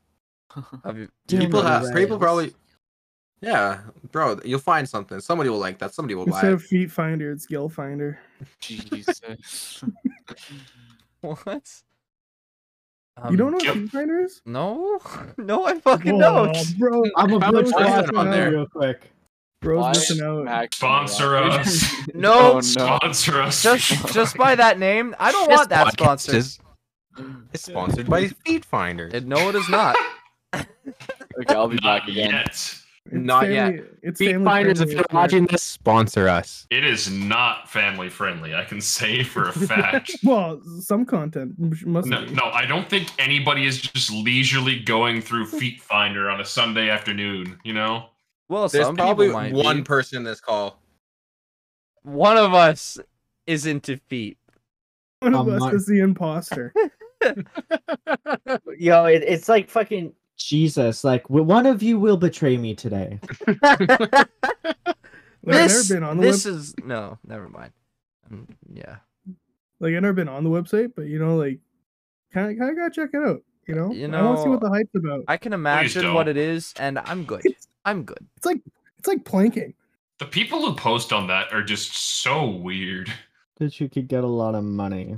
Have you-
Damn
people
it,
have
right.
people probably Yeah, bro, you'll find something. Somebody will like that. Somebody will buy
Instead
it.
of feet finder, it's gill finder.
Jesus.
what?
you
Um,
don't know what
Gil-
feet finder is?
No, no, I fucking don't.
Aw, bro.
I'm a
Probably
bro's
twice
watch
it on there.
real quick.
Bro's
Why
missing out.
Max
Sponsor
Miller?
us.
No.
Oh, no.
Sponsor us.
Oh
Just, just by that name, I don't want that sponsor.
It's sponsored by Feed Finder.
And no, it is not.
Okay, I'll be
Not
back again.
yet.
It's
Not
family,
yet.
It's
Feet
family
finders, if
friendly,
you're
it's
watching this, sponsor us.
It is not family friendly. I can say for a fact.
weird. Well, some content must
No,
be.
no, I don't think anybody is just leisurely going through Feet Finder on a Sunday afternoon. You know,
Well,
There's
some
probably
people might
one
be.
person in this call.
one of us is into feet.
One of
I'm
us
not-
is the imposter.
Yo, it, it's like fucking Jesus. Like w- one of you will betray me today.
Like,
this,
I've never been on the
this
web-
is no, never mind. Um, yeah,
like I've never been on the website, but you know, like kind of kind of gotta check it out. You know,
You
I want to see what
know,
the hype's about.
I can imagine what
don't.
it is, and I'm good. I'm good.
It's like it's like planking.
the people who post on that are just so weird.
That you could get a lot of money.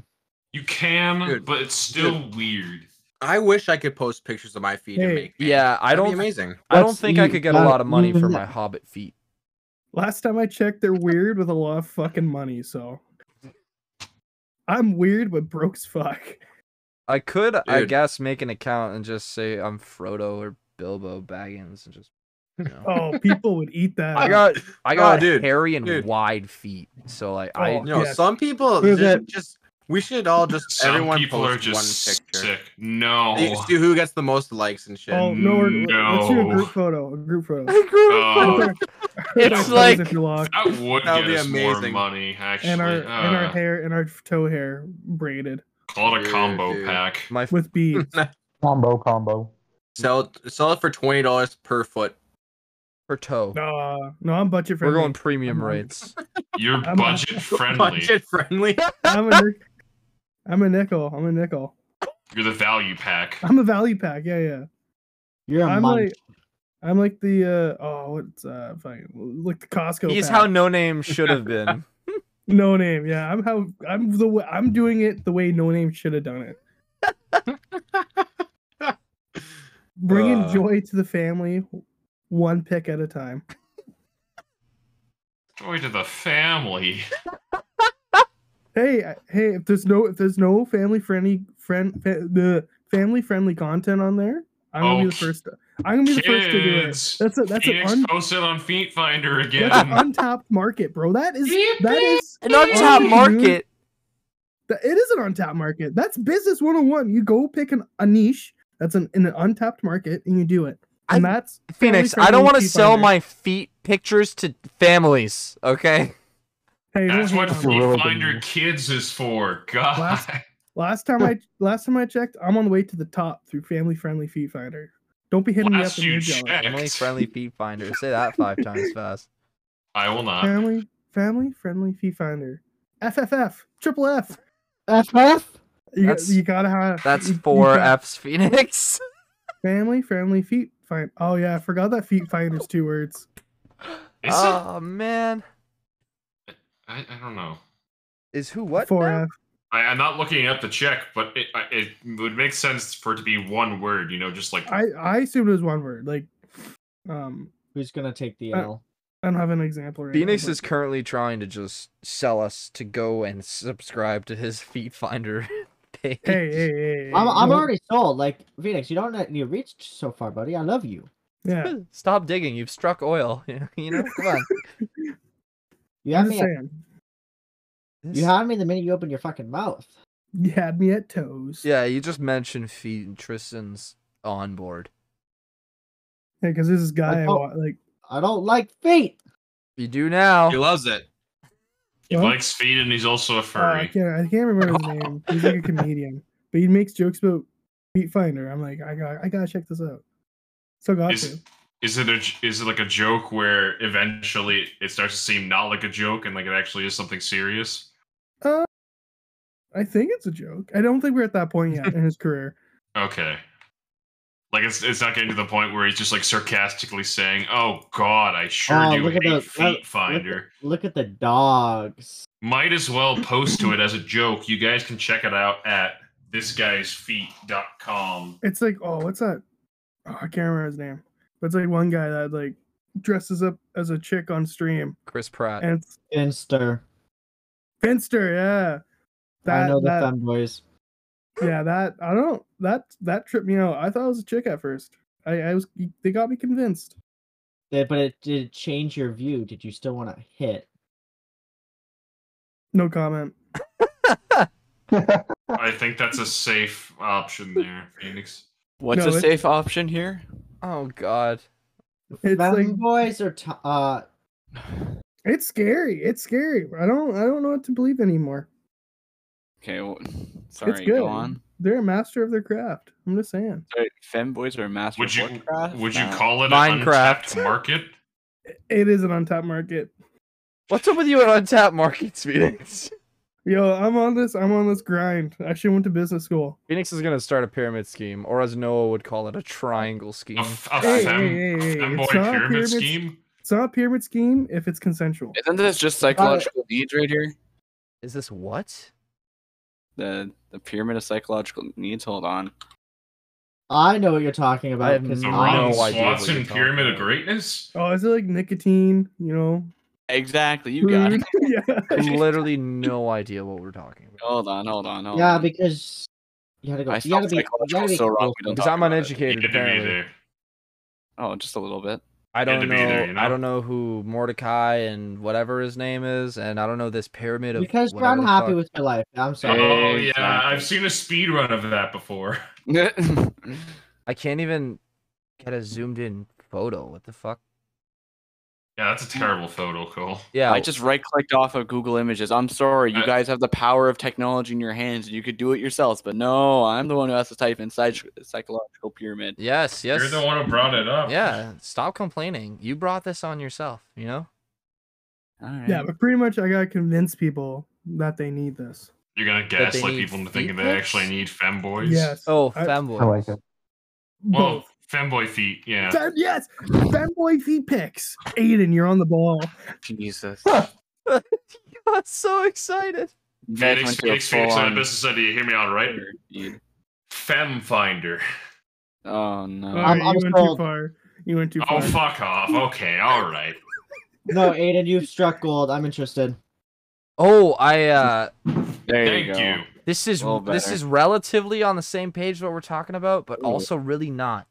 You can,
Dude,
but it's still weird.
I wish I could post pictures of my feet and
Hey.
make bank.
Yeah, I
That'd be
don't.
amazing.
I don't
Let's
think I
eat
could get a
Uh,
that
lot of money for
meat.
my hobbit feet.
Last time I checked, they're weird with a lot of fucking money. So I'm weird, but broke as fuck.
I could, I
Dude.
guess, make an account and just say I'm Frodo or Bilbo Baggins and just. You know.
Oh, people would eat that.
I
up.
got, I
Oh,
got
dude,
hairy and
dude.
wide feet, so like
Oh,
I.
You know,
Yes.
some people
Prove
just,
it.
just- we should all just
Some
everyone
people
post
are just
one picture.
sick. No.
See- see who gets the most likes and shit.
Oh no, we're, Let's do a
No.
group photo. A group photo.
I grew up
Oh,
with-
Photos
it's like
if you're locked,
that would
That
get
would be
us
amazing.
more money, actually.
and our and our
Uh,
hair and our toe hair braided
call it a combo
Dude.
pack.
my
with beads.
Combo, combo.
Sell it- sell it for twenty dollars per foot.
for toe.
no, no, I'm budget
We're
friendly.
going premium
I'm on it.
rates.
You're
I'm-
budget friendly.
Budget friendly.
I'm a, nic- I'm a nickel. I'm a nickel.
You're the value pack.
I'm a value pack. Yeah, yeah.
You're a
I'm
monk.
like, I'm like the uh oh, what's uh fucking like the Costco.
He's
pack.
how no name should have been.
no name. Yeah, I'm how I'm the way I'm doing it the way no name should have done it. Bringing
Uh.
joy to the family, one pick at a time.
Joy to the family.
Hey, I- hey, if there's no if there's no family friendly friend fa- the family friendly content on there, I'm gonna be the
Okay.
first. I'm gonna be the first to do it.
Kids.
That's a that's an
Phoenix
un,
posted on Feet Finder
that's an
again.
untapped market, bro. That is that is
An untapped
dude.
market.
Th- It is an untapped market. That's business 101. You go pick an, a niche that's an, in an untapped market and you do it. And
I-
that's
Phoenix,
family
I don't want to
friendly
sell
Viewfinder.
my feet pictures to families, okay?
Hey, um, we'll
That's
hang
what
on.
Feet Finder Kids is for. God.
Last- last time I last time I checked, I'm on the way to the top through family friendly feed finder. Don't be hitting
Last
me
you
up and you're
Family
checked.
friendly feet finder. Say that five times fast.
I will not.
Family family friendly feed finder. FFF, triple F.
FF.
You, got,
That's-
you gotta have
That's
you- you
four
got
F's, Phoenix.
Family friendly feet find. Oh yeah, I forgot that feet finder's two words.
Is it?
Oh man,
I, I don't know.
is who what?
Four
now?
F.
I, I'm not looking up the check, but it, I- it would make sense for it to be one word, you know, just like
I I assumed it was one word. Like, um,
Who's gonna take the
Uh,
L?
I don't have an example right
Phoenix
now.
is currently trying to just sell us to go and subscribe to his feet finder page.
but- Hey, hey, hey, hey,
I'm, I'm
no-
already sold. Like Phoenix, you don't need to reach so far, buddy. I love you.
Yeah,
Stop digging. You've struck oil. You know, come on.
You
I'm
have
just
me.
saying.
You had me the minute you opened your fucking mouth.
You had me at toes.
Yeah, you just mentioned feet and Tristan's on board.
because this is guy I
oh.
wa- like.
I don't like feet.
You do now.
He loves it.
He
Huh?
likes feet and he's also a
uh, I
furry.
can't. I can't remember his name. He's like a comedian, but he makes jokes about Meat Finder. I'm like, I got. I gotta check this out. Still got
Is-
to.
Is it a j- is it like a joke where eventually it starts to seem not like a joke and like it actually is something serious?
I think it's a joke. I don't think we're at that point yet in his career.
Okay. Like it's it's not getting to the point where he's just like sarcastically saying, "Oh God, I sure
Oh,
do
look
hate
at the-
Feet
that-
Finder."
Look at the dogs.
Might as well post to it as a joke. You guys can check it out at thisguysfeet.com.
It's like, oh, what's that? Oh, I can't remember his name. But it's like one guy that like dresses up as a chick on stream,
Chris Pratt.
and it's
Finster.
Finster. Yeah,
I
that
know
that
the femboys.
yeah that I don't that that tripped me out. I thought it was a chick at first. I, I was they got me convinced.
Yeah, but it did it change your view. Did you still want to hit?
No comment.
I think that's a safe option there, Phoenix.
What's
No,
a
it-
safe option here?
oh God.
It's like
Femboys are t- uh
it's scary. It's scary. I don't I don't know what to believe anymore.
Okay, well, sorry.
good.
Go on.
They're a master of their craft. I'm just saying.
Sorry, femboys are a master.
Would
of
you
what craft?
would you
No.
call it an
Minecraft.
untapped market?
It is an untapped market.
What's up with you on tap markets, Phoenix?
Yo, I'm on this. I'm on this grind. I should went to business school.
Phoenix is gonna start a pyramid scheme, or as Noah would call it, a triangle
A,
scheme.
f- a
Hey,
fem-
hey, hey, hey,
femboy
it's not a
pyramid,
pyramid s-
scheme?
It's not a pyramid scheme if it's consensual.
Isn't this just psychological needs right here?
Is this what?
The the pyramid of psychological needs. Hold on.
I know what you're talking about.
have
'cause
The
no
I-
Ron
idea what you're
Swanson
talking
pyramid of
about.
greatness?
Oh, is it like nicotine? You know,
Exactly. You got it.
food? yeah.
Literally no idea what we're talking about.
Hold on. Hold on. Hold
Yeah,
on.
because you gotta go.
I
You gotta
felt
be. You gotta
psychological
be
so wrong.
cool.
We don't
Because
talk
I'm
about it.
You
uneducated,
had to be
apparently.
there.
Oh, just a little bit.
I
Had
don't
to
know,
be there, you
I
know?
don't know who Mordecai and whatever his name is, and I don't know this pyramid of
Because you're
whatever the
unhappy
fuck.
with your life. I'm
Oh
sorry.
yeah, I've seen a speed run of that before.
I can't even get a zoomed in photo. What the fuck?
Yeah, that's a terrible photo, Cole.
Yeah,
I just right clicked off of Google Images. I'm sorry, you
I-
guys have the power of technology in your hands, and you could do it yourselves. But no, I'm the one who has to type in psych- psychological pyramid.
yes, yes.
You're the one who brought it up.
Yeah, stop complaining. You brought this on yourself, you know?
All right.
yeah, but pretty much I gotta convince people that they need this.
You're gonna
they
gaslight
need
people into thinking
feet
they actually
pics?
need femboys.
Yes.
Oh,
I-
femboy.
I like it.
Well,
Both.
femboy feet. Yeah.
Fem- yes. Fanboy feet picks. Aiden, you're on the ball.
Jesus.
I'm so excited.
You
Phoenix,
guys went to a
Phoenix, Phoenix on a
full-on
business idea. You hear me out, right?
pyramid, dude.
Fem finder.
Oh
Alright,
no.
Um, I'm
you went too
sold.
far. You went too far.
Oh, fuck off. Okay, all right.
No, Aiden, you've struck gold. I'm interested.
Oh, I uh
There
Thank
you
you.
go.
this is
Well,
this
better.
is relatively on the same page what we're talking about, but
Ooh.
also really not.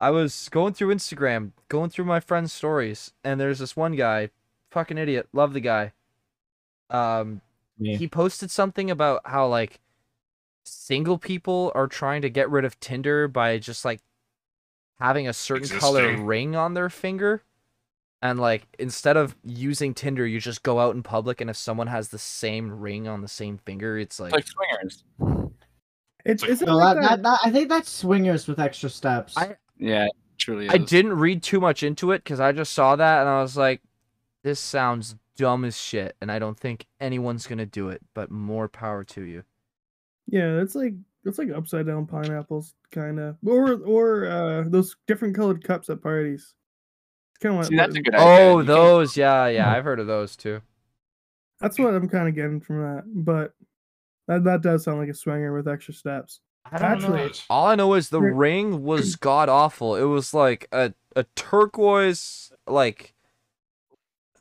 I was going through Instagram, going through my friends' stories, and there's this one guy, fucking idiot, love the guy. Um
Me.
he posted something about how like single people are trying to get rid of Tinder by just like having a certain color
Existing.
ring on their finger. And like instead of using Tinder, you just go out in public and if someone has the same ring on the same finger, it's like
It's like swingers.
It's
Like-
is it
No,
like
that,
that?
that, that, I think that's swingers with extra steps.
I-
Yeah, it truly. Is.
I didn't read too much into it because I just saw that and I was like, this sounds dumb as shit, and I don't think anyone's gonna do it, but more power to you.
Yeah, that's like that's like upside down pineapples kind of or or uh those different colored cups at parties. It's kind of what
See, that's a good idea.
Oh,
You can-
those, yeah, yeah, I've heard of those too.
that's what I'm kind of getting from that, but that that does sound like a swinger with extra steps.
I
don't know. Actually-
Not.
All I know is the
You're-
ring was god awful. It was like a a turquoise, like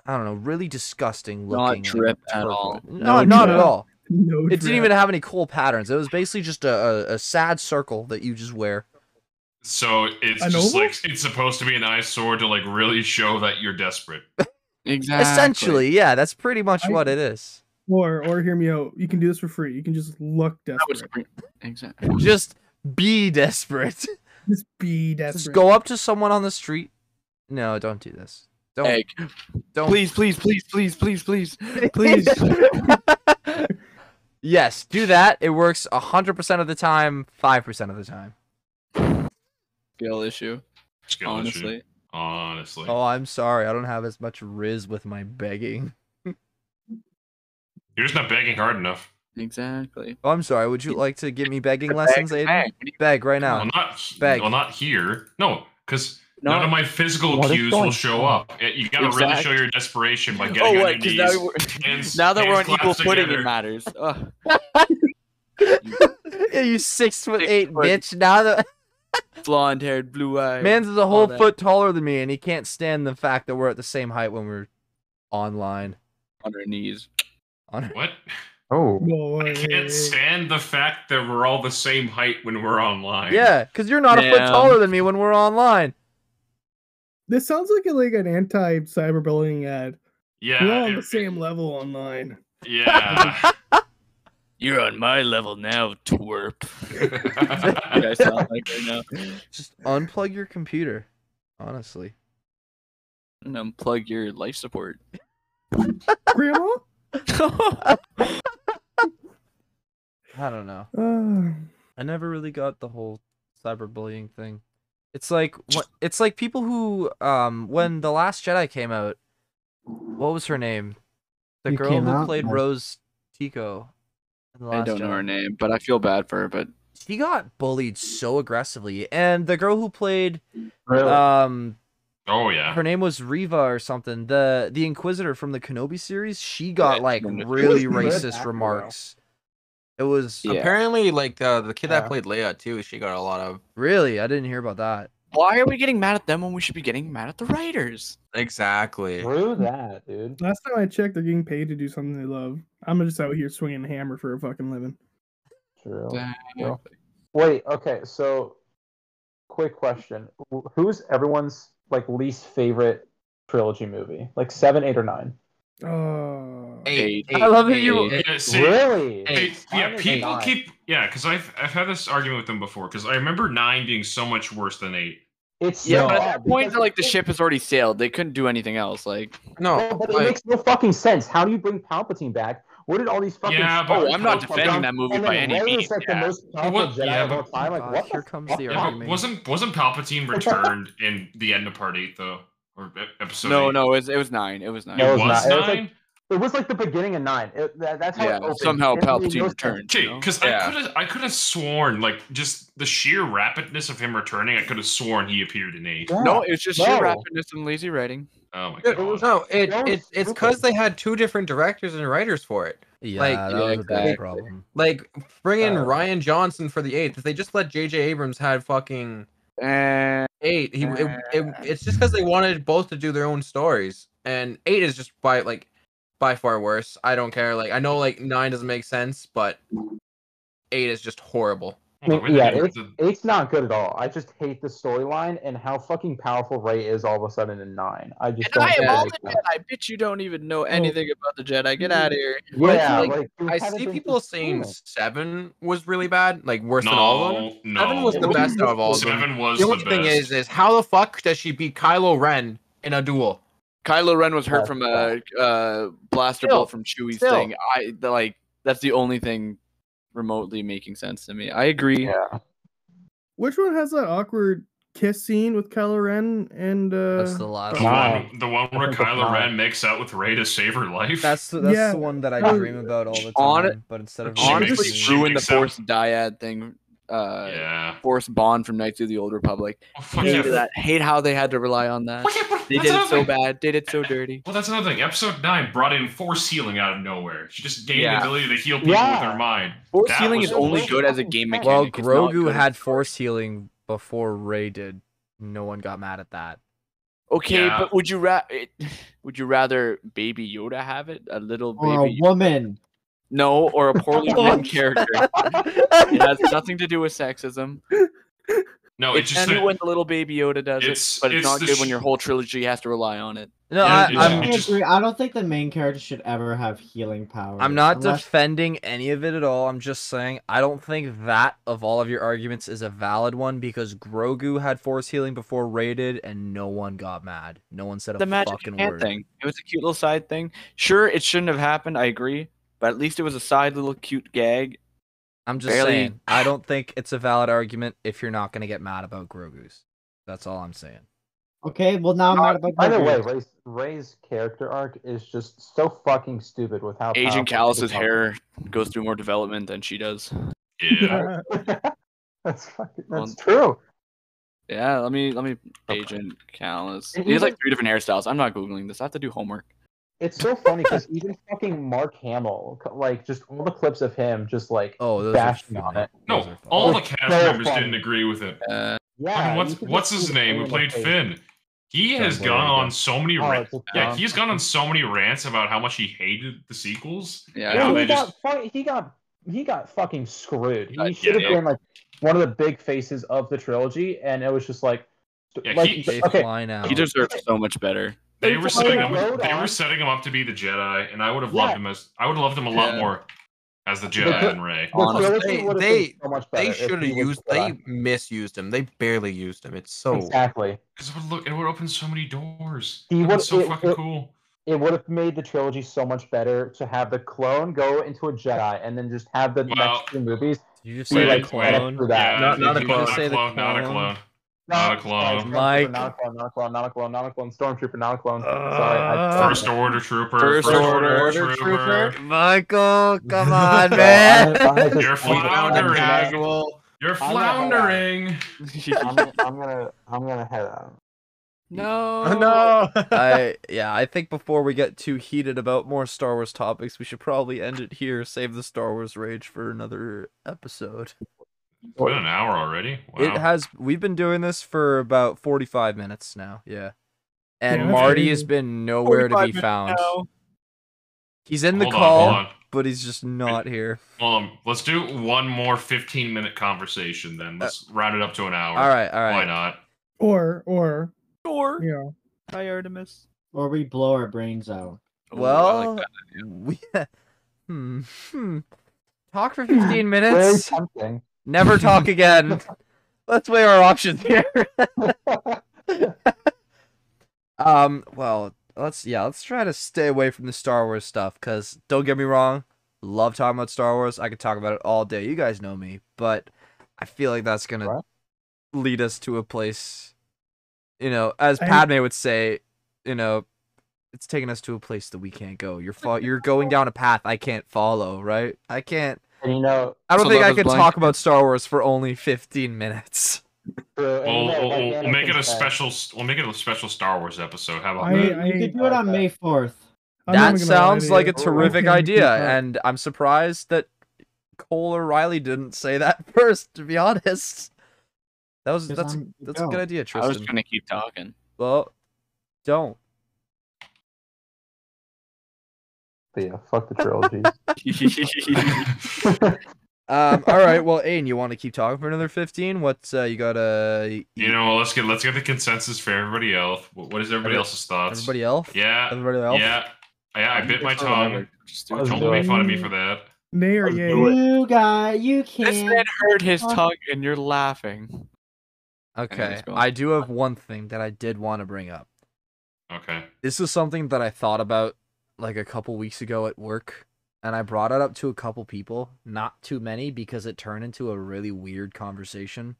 I don't know, really disgusting
Not
looking. like,
drip at all.
turquoise. No,
No
not at
drip.
all.
No,
It didn't
drip.
even have any cool patterns. It was basically just a, a, a sad circle that you just wear.
So it's
An
just
oval?
like it's supposed to be an eyesore to like really show that you're desperate.
Exactly.
Essentially, yeah, that's pretty much
I-
what it is.
or or hear me out. You can do this for free. You can just look
That was
desperate.
exactly.
Just be desperate.
Just be desperate.
Just go up to someone on the street. No, don't do this. Don't.
Egg.
don't.
Please, please, please, please, please, please, please.
yes, do that. It works 100% of the time, 5% of the time.
Skill issue.
Skill issue.
honestly.
Honestly.
Oh, I'm sorry. I don't have as much riz with my begging.
You're just not begging hard enough.
Exactly.
Oh, I'm sorry. Would you like to give me begging
Bag,
lessons, Aiden?
bag.
Beg right now.
Well, not he-
Beg.
well, not here. No, because
No.
none of my physical
What is
cues
going
will show up. Eh, You gotta really show
Exact-
your desperation by
Oh,
getting on
what?
your
Because
knees.
now we're
hands-
now that we're on
hands
equal
clasped
footing,
together.
it matters. Ugh.
yeah, you six foot
Six
eight
foot.
bitch. Now that
Blonde-haired, blue-eyed.
man's is a
all
whole
that.
foot taller than me, and he can't stand the fact that we're at the same height when we're online.
on her knees.
On
What?
Oh,
Whoa,
I
wait, wait,
can't
wait.
stand the fact that we're all the same height when we're online.
yeah, because you're not a foot
Yeah.
taller than me when we're online.
This sounds like a, like an anti cyberbullying ad.
Yeah.
We're all on
it-
the same level online.
Yeah.
You're on my level now, twerp. You
yeah.
guys sound like right now.
Just unplug your computer. Honestly,
And unplug your life support.
Grandma.
I don't know.
Uh,
I never really got the whole cyberbullying thing. It's like what it's like people who um when the last Jedi came out, what was her name? The
It
girl
came
who
out?
played
I-
Rose Tico. in The
I
Last
don't know
Jedi.
her name, but I feel bad for her. But
She got bullied so aggressively, and the girl who played
really?
um
Oh yeah.
her name was Riva or something. The the Inquisitor from the Kenobi series, she got
Yeah,
like
she was
really
good
racist
actor, though.
remarks. It was
Yeah.
Apparently, like uh, the the kid
Yeah.
that played Leia too, she got a lot of
really I didn't hear about that.
why are we getting mad at them when we should be getting mad at the writers?
exactly.
Through that, dude.
last time I checked, they're getting paid to do something they love. I'm just out here swinging a hammer for a fucking living.
True.
Well,
Wait, okay, so quick question. Wh- Who's everyone's like least favorite trilogy movie? Like seven, eight, or nine?
Oh,
Eight.
I love that you-
Eight.
Yeah, see,
really?
Hey,
Mine
yeah,
is
people
nine.
keep yeah, because I've I've had this argument with them before. Because I remember nine being so much worse than eight.
It's
Yeah,
so
but at
odd
that point,
because
they're like the
it-
ship has already sailed. They couldn't do anything else. Like,
No,
No, but it
like,
makes no fucking sense. How do you bring Palpatine back? Where did all these fucking
Yeah, but-
stories
Oh, I'm not
come from?
defending that movie
and
by
then
any
Rey is,
means,
Like
yeah.
the most powerful
what-
Jedi
yeah,
of all
but-
time. Like,
God,
what
here
the
comes
fuck?
the
Yeah,
Yeah, but
argument.
wasn't wasn't Palpatine returned in the end of Part Eight though, or e- episode?
no,
eight?
no, it was, it was nine. It was nine.
It
No, it
was,
was not. It was like-
nine.
It was like the beginning of nine. It, that, that's how it
yeah,
opened.
somehow
It made no
Palpatine
sense.
returned. you
Okay,
know?
because I
yeah.
could have I could have sworn like just the sheer rapidness of him returning, I could have sworn he appeared in eight.
Yeah.
No, it was just sheer
No.
rapidness and lazy writing.
Oh my
It-
god.
no, it,
That was
it it's
stupid.
because they had two different directors and writers for it.
Yeah,
Like,
that
yeah,
was a
exactly.
big problem.
Like bring in
Uh,
Ryan Johnson for the eighth. If they just let J.J. Abrams had fucking
And
eight, he it, it, it's just because they wanted both to do their own stories. And eight is just by like by far worse. I don't care. Like I know like nine doesn't make sense, but eight is just horrible.
Hold on, wait,
yeah,
they-
it-
the-
Eight's not good at all. I just hate the storyline and how fucking powerful Ray is all of a sudden in nine. I just
And
don't
I am
get
all
it.
the Jedi. Bitch, you don't even know anything about the Jedi. Get out of here.
Yeah,
like,
like, you
I
haven't
see
been
people saying
consistent.
seven was really bad, like worse
no,
than all of them.
no.
Seven was the best out of all of them.
Seven was
the
the
only
best.
thing is, is how the fuck does she beat Kylo Ren in a duel?
Kylo Ren was
That's
hurt from a uh, blaster
Still,
bolt from Chewie's
still.
thing. I the, like that's the only thing remotely making sense to me. I agree.
Yeah.
which one has that awkward kiss scene with Kylo Ren and uh?
That's the last
the
Wow.
Wow.
one, the one
I
where
think that's
Kylo
nine.
Ren makes out with Ray to save her life.
That's the, that's
Yeah.
the one that I
No,
dream about all the time.
on it-
but instead of
She
Honestly,
makes- she
ruined the
makes out-
Force dyad thing. Uh,
yeah.
Force bond from Knights of the Old Republic.
Oh, fuck
Yeah.
yeah.
Hate that. Hate how they had to rely on that.
Well, yeah, but
They
that's
did it
another
so
thing.
bad. Did it so dirty.
Well, that's another thing. Episode nine brought in force healing out of nowhere. She just gained
Yeah.
the ability to heal people with
Yeah.
her mind.
Force
That
healing
was
is only
bullshit.
good as a game mechanic.
well,
It's not
Grogu
good as-
had force healing before Ray did. No one got mad at that.
Okay,
Yeah.
but would you ra- it, would you rather Baby Yoda have it? A little
Or a
baby. Yoda?
woman.
No, or a poorly written character. It has nothing to do with sexism.
No, it's,
it's
just
funny
that-
when the little baby Yoda does
it's-
it, but it's,
it's
not
the
good
sh-
when your whole trilogy has to rely on it.
No,
Yeah,
I,
it's-
I'm
it
I
just-
agree. I don't think the main character should ever have healing powers.
I'm not
unless-
defending any of it at all. I'm just saying I don't think that of all of your arguments is a valid one because Grogu had force healing before raided and no one got mad. No one said a
The magic
fucking
hand
word.
thing. It was a cute little side thing. Sure, it shouldn't have happened. I agree, but at least it was a side little cute gag.
I'm just
Barely-
saying I don't think it's a valid argument if you're not gonna get mad about Grogu's. That's all I'm saying.
Okay, well now I'm mad about.
By the way,
Grogu.
Ray's, Ray's character arc is just so fucking stupid with how
Agent
powerful
Callus's
he
hair goes through more development than she does.
yeah.
becomes. that's fucking. That's
Um,
true.
Yeah, let me let me
Okay.
Agent Callus.
And
He has
even-
like three different hairstyles. I'm not googling this. I have to do homework.
It's so funny because even fucking Mark Hamill, like just all the clips of him, just like
Oh, those
bashing
are
on
funny.
it.
Those
No,
are
all the
funny.
cast
So
members
funny.
didn't agree with it.
Uh,
Yeah.
Fucking
you
what's
could
what's
just
his
see it
name?
in
We
the
played
face.
Finn. He
John
has
Boyega.
gone on so many
Oh,
rants.
it's a-
Yeah, he's gone on so many rants about how much he hated the sequels.
Yeah,
and how
Well,
they
he
just
got fu- he got he got fucking screwed. He
Uh,
should have
yeah.
been like one of the big faces of the trilogy, and it was just like,
Yeah,
like
he-
They
okay,
fly now.
he deserves so much better.
they
It's
were
a
setting
whole
him
road
they were
on.
setting him up to be the Jedi, and I would have
Yeah.
loved him as I would have loved him a lot
Yeah.
more as the
Yeah.
Jedi than Ray.
the
Honestly,
trilogy would have
they-
been so much better.
They
if he
should have
was
used.
Jedi.
They misused him. They barely used him. It's so.
exactly.
Because it would look it would open so many doors.
He
It
would-
was so
it-
fucking
it-
cool.
It would have made the trilogy so much better to have the clone go into a Jedi and then just have the
Well,
next two movies
you just
be
say the
wait,
like
wait.
set up
clone.
for
Yeah,
that.
Not- not a
he-
clone.
Not a
Say the
clone. Not a
clone.
clone. Not a clone.
Mike.
Not a clone. Not a clone. Not a clone. Not a clone. Stormtrooper. Not a clone. Sorry.
Uh,
I-
First Order Trooper.
First Order
Trooper.
Trooper.
Michael, come on,
I-
man.
I- I just-
You're
I'm gonna-
floundering.
I'm
You're
not gonna-
floundering.
I'm gonna- I'm gonna. I'm gonna head out.
no,
I yeah, I think before we get too heated about more Star Wars topics, we should probably end it here. Save the Star Wars rage for another episode.
It's been an hour already. Wow.
It has we've been doing this for about 45 minutes now. Yeah. And
Yeah, that's
Marty has
crazy.
been nowhere to be found. He's in the
hold
call,
On, hold on.
but he's just not here.
Hold on. Um, Let's do one more 15 minute conversation then. Let's round it up to an hour.
Uh, All right, all
Why
right.
not?
Or or
Or
you know,
Hi Artemis.
or we blow our brains out.
Ooh, I
Well,
like that.
we hmm, hmm. Talk for 15
Very
minutes,
tempting.
never talk again. Let's weigh our options here. Um, well, let's yeah, let's try to stay away from the Star Wars stuff cuz don't get me wrong, love talking about Star Wars. I could talk about it all day. You guys know me, but I feel like that's going
Right.
to lead us to a place you know, as
I-
Padme would say, you know, it's taking us to a place that we can't go. You're fo- you're going down a path I can't follow, right? I can't
and you know,
I don't
So
think
love
I
is
could
blind.
talk about Star Wars for only 15 minutes.
true, and you
We'll,
know,
we'll,
like
we'll, we'll make it a
Anakin said,
special. We'll make it a special Star Wars episode. How about
I-
We
that?
we could do
like
it on
that.
May fourth.
I'm not
that
even gonna lie
sounds
to
like
you.
a terrific
Oh, Okay,
idea,
keep up.
and I'm surprised that Cole or Riley didn't say that first. To be honest, that was
'Cause
that's
I'm-
that's a good
no.
idea,
I was
Tristan.
gonna keep talking.
Well, don't.
Yeah, fuck the trilogy.
Um, all right. Well, Aiden, you want to keep talking for another fifteen? What's uh, you got? Uh,
You know, let's get let's get the consensus for everybody else. What, what is everybody
Every-
else's thoughts?
everybody else.
yeah,
Everybody else.
yeah, yeah. I bit my
It's not
tongue.
whatever. Just do it.
Let's
Don't
do
make
it.
fun of me for that.
Nay or
Let's
yay.
do it.
You guy, you
This
can't.
man heard his tongue, and you're laughing.
Okay.
Anyways, go on.
I do have one thing that I did want to bring up.
Okay.
this is something that I thought about like a couple weeks ago at work, and I brought it up to a couple people, not too many, because it turned into a really weird conversation.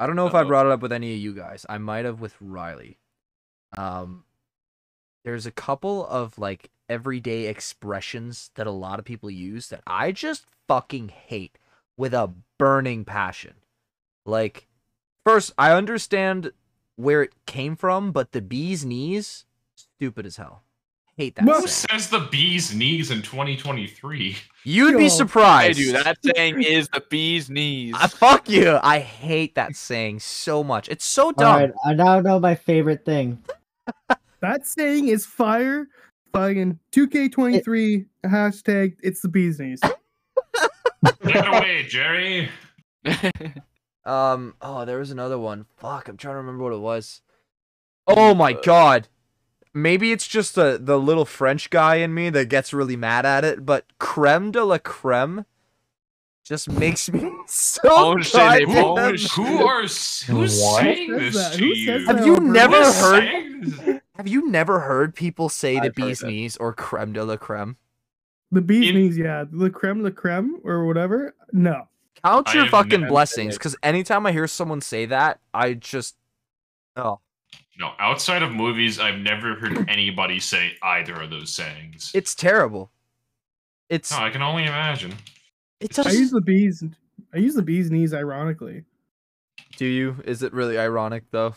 I don't know if I
Uh-oh.
brought it up with any of you guys. I might have with Riley. Um, there's a couple of like everyday expressions that a lot of people use that I just fucking hate with a burning passion. Like, first, I understand where it came from, but the bee's knees, stupid as hell. Hate that.
Who
saying.
says the bee's knees in 2023?
You'd be
Yo.
surprised.
I do. That saying is the bee's knees.
Ah, fuck you. I hate that saying so much. It's so
All
dumb.
right, I now know my favorite thing.
That saying is fire. Fucking 2K23 hashtag it's the bee's knees.
Take it away, Jerry.
Um. Oh, there was another one. Fuck, I'm trying to remember what it was. Oh my god. Maybe it's just the the little French guy in me that gets really mad at it, but creme de la creme just makes me so
Orange Saint
goddamn-
Paul.
Who are s- who's
What?
saying
Who says that?
this to
Who says
you?
that?
Have you
Who's
never
Who's
heard?
saying this?
Have you never heard people say the
I've heard
bee's
that.
knees or creme de la creme?
The bees
In-
knees, yeah. The creme, the creme, or whatever. No.
Count
I
your
have
fucking
never-
blessings, because anytime I hear someone say that, I just oh,
No, outside of movies, I've never heard anybody say either of those sayings.
it's terrible. It's
no, I can only imagine.
it
I use
does.
the bees. I use the bees knees ironically.
Do you? Is it really ironic though?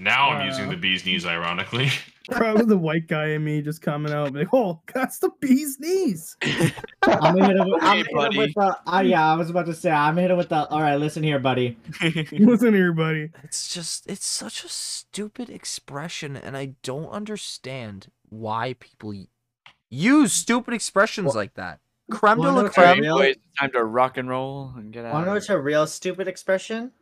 Now I'm using
Wow.
the bee's knees, ironically.
Probably the white guy in me just coming out like, oh, that's the bees knees.
I'm gonna hit him with, I'm gonna
Hey,
hit him
buddy.
with the. Uh, yeah, I was about to say. I'm gonna hit him with the. All right, listen here, buddy.
Listen, everybody.
It's just it's such a stupid expression, and I don't understand why people y- use stupid expressions like that. Creme de
Well,
la
no,
creme.
Really?
Boys, it's time to rock and roll and get
Want to know
out.
what's a real stupid expression?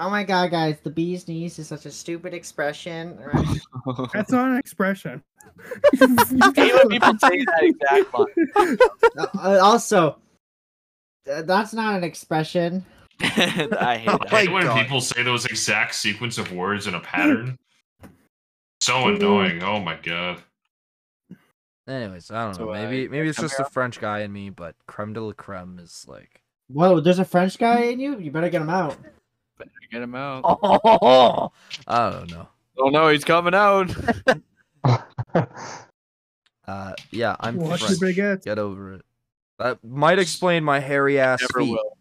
Oh my god, guys, the bee's knees is such a stupid expression. Right?
That's not an expression.
people say that exact line.
Uh, uh, also, th- that's not an expression.
I hate
Oh
that.
my
Hate when
God.
people say those exact sequence of words in a pattern.
Mm-hmm.
So annoying. Oh my god.
Anyways, I don't know.
So, uh,
Maybe maybe it's just the
Camaro?
French guy in me, but creme de la creme is like.
Whoa, there's a French guy in you. You better get him out.
Get him out. Oh,
Oh, I don't know.
no, he's coming out.
Uh, yeah, I'm
Watch your
French.
big ass.
Get over it. That might explain my hairy ass
Never
feet.
will.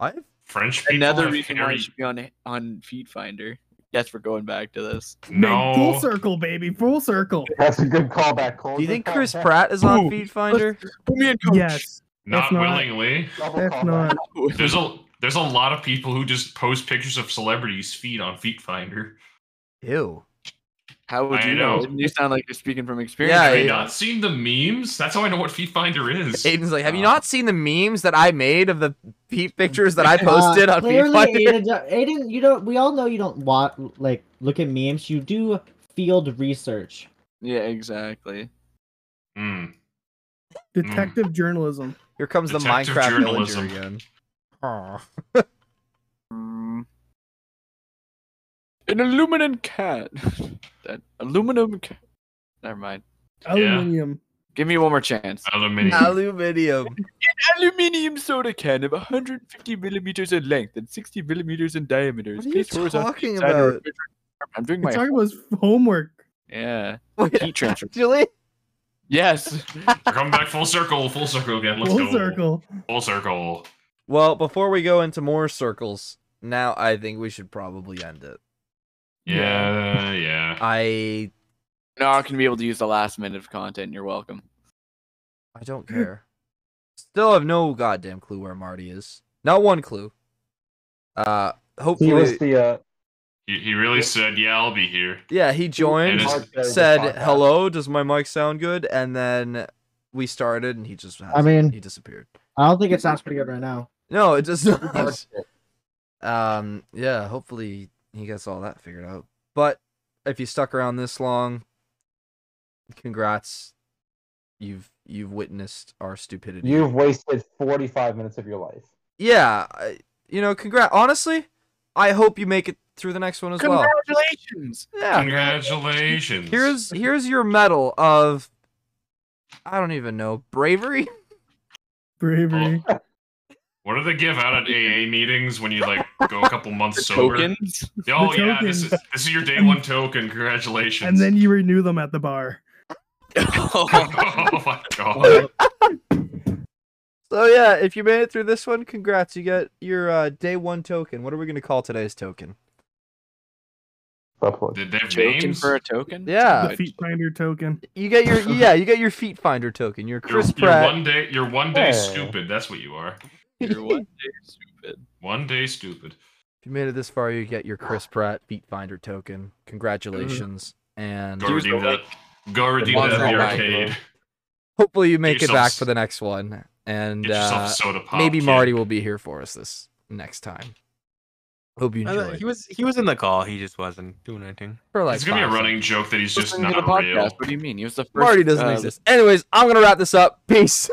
I've
French people
Another
have
reason why
hairy-
you should be on on Feed Finder. Yes, we're going back to this.
No.
Full circle, baby. Full circle.
That's a good callback, Cole.
Do you
Good
think Chris
callback.
Pratt is on
Ooh,
Feed Finder?
Put me in coach.
Yes.
Not
That's not-
willingly.
Double
That's
callback.
not.
There's a there's a lot of people who just post pictures of celebrities' feet on Feet Finder.
Ew.
How would
I
you know?
know.
Didn't you sound like you're speaking from experience?
Yeah,
Have
yeah.
you not seen the memes? That's how I know what Feet Finder is.
Aiden's like, have you
Uh,
not seen the memes that I made of the peep pictures that I
Uh,
posted on Feed
clearly,
Finder?
Aiden, do- Aiden, you don't. We all know you don't want like look at memes. You do field research.
Yeah, exactly.
Mm.
Detective journalism.
Here comes the
Detective
Minecraft
journalism.
villager again. Aw.
Mm. An aluminum cat. that aluminum cat. Never mind.
Aluminium.
Give me one more chance.
Aluminium.
Aluminium.
Aluminium soda can of 150 millimeters in length and 60 millimeters in diameter.
What are you
Placed horizontally
talking
inside a
about?
refrigerator compartment. I'm doing
We're
my
talking about his homework.
Oh, yeah
Wait,
heat transfer.
actually,
Yes.
We're coming back full circle, full circle again. Let's
Full
go.
circle.
Full circle.
well, before we go into more circles, now I think we should probably end it.
Yeah, yeah.
I
Now I can be able to use the last minute of content. You're welcome.
I don't care. Still have no goddamn clue where Marty is. Not one clue. Uh,
He was
hopefully,
the uh,
He, he really said, "Yeah, I'll be here."
yeah, he joined.
And it's-
Mark Berry just
said
talked about.
hello does my mic sound good and then we started and he just has,
mean-
he disappeared
I don't think it sounds pretty good right now.
no it does not um yeah hopefully he gets all that figured out but if you stuck around this long congrats you've you've witnessed our stupidity
You've wasted 45 minutes of your life.
yeah I- you know congrats honestly i hope you make it through the next one as well
Congratulations.
yeah
Congratulations.
here's here's your medal of i don't even know bravery
Oh.
Bravery.
what do they give out at AA meetings when you like go a couple months sober?
Tokens.
Oh
The
yeah, this is
tokens.
this is your day one token. Congratulations.
And then you renew them at the bar.
oh my god.
So yeah, if you made it through this one, congrats. You get your uh, day one token. What are we gonna call today's token?
Upload.
Did they have
Token
names?
for a token.
Yeah.
the feet finder token.
You get your yeah, you get your feet finder token. Your
You're,
Chris
you're
Pratt.
one day. You're one day
Hey.
stupid. That's what you are.
You're one day stupid.
One day stupid.
If you made it this far, you get your Chris Pratt feet finder token. Congratulations, and
Go
He was
redeem
the
that. Go redeem
Well,
that at the
it's not
arcade.
hopefully you make it
yourself
back
s-
for the next one. And
Get yourself
uh,
a soda pop.
maybe
kid.
Marty will be here for us this next time. Hope you
I
enjoy.
thought Uh, he was he was in the call. He just wasn't doing anything.
for like
It's gonna be a
five
running joke that he's just
Listening
not
to the
real.
podcast. What do you mean? He was the first.
Marty doesn't
uh,
exist. Anyways, I'm gonna wrap this up. Peace.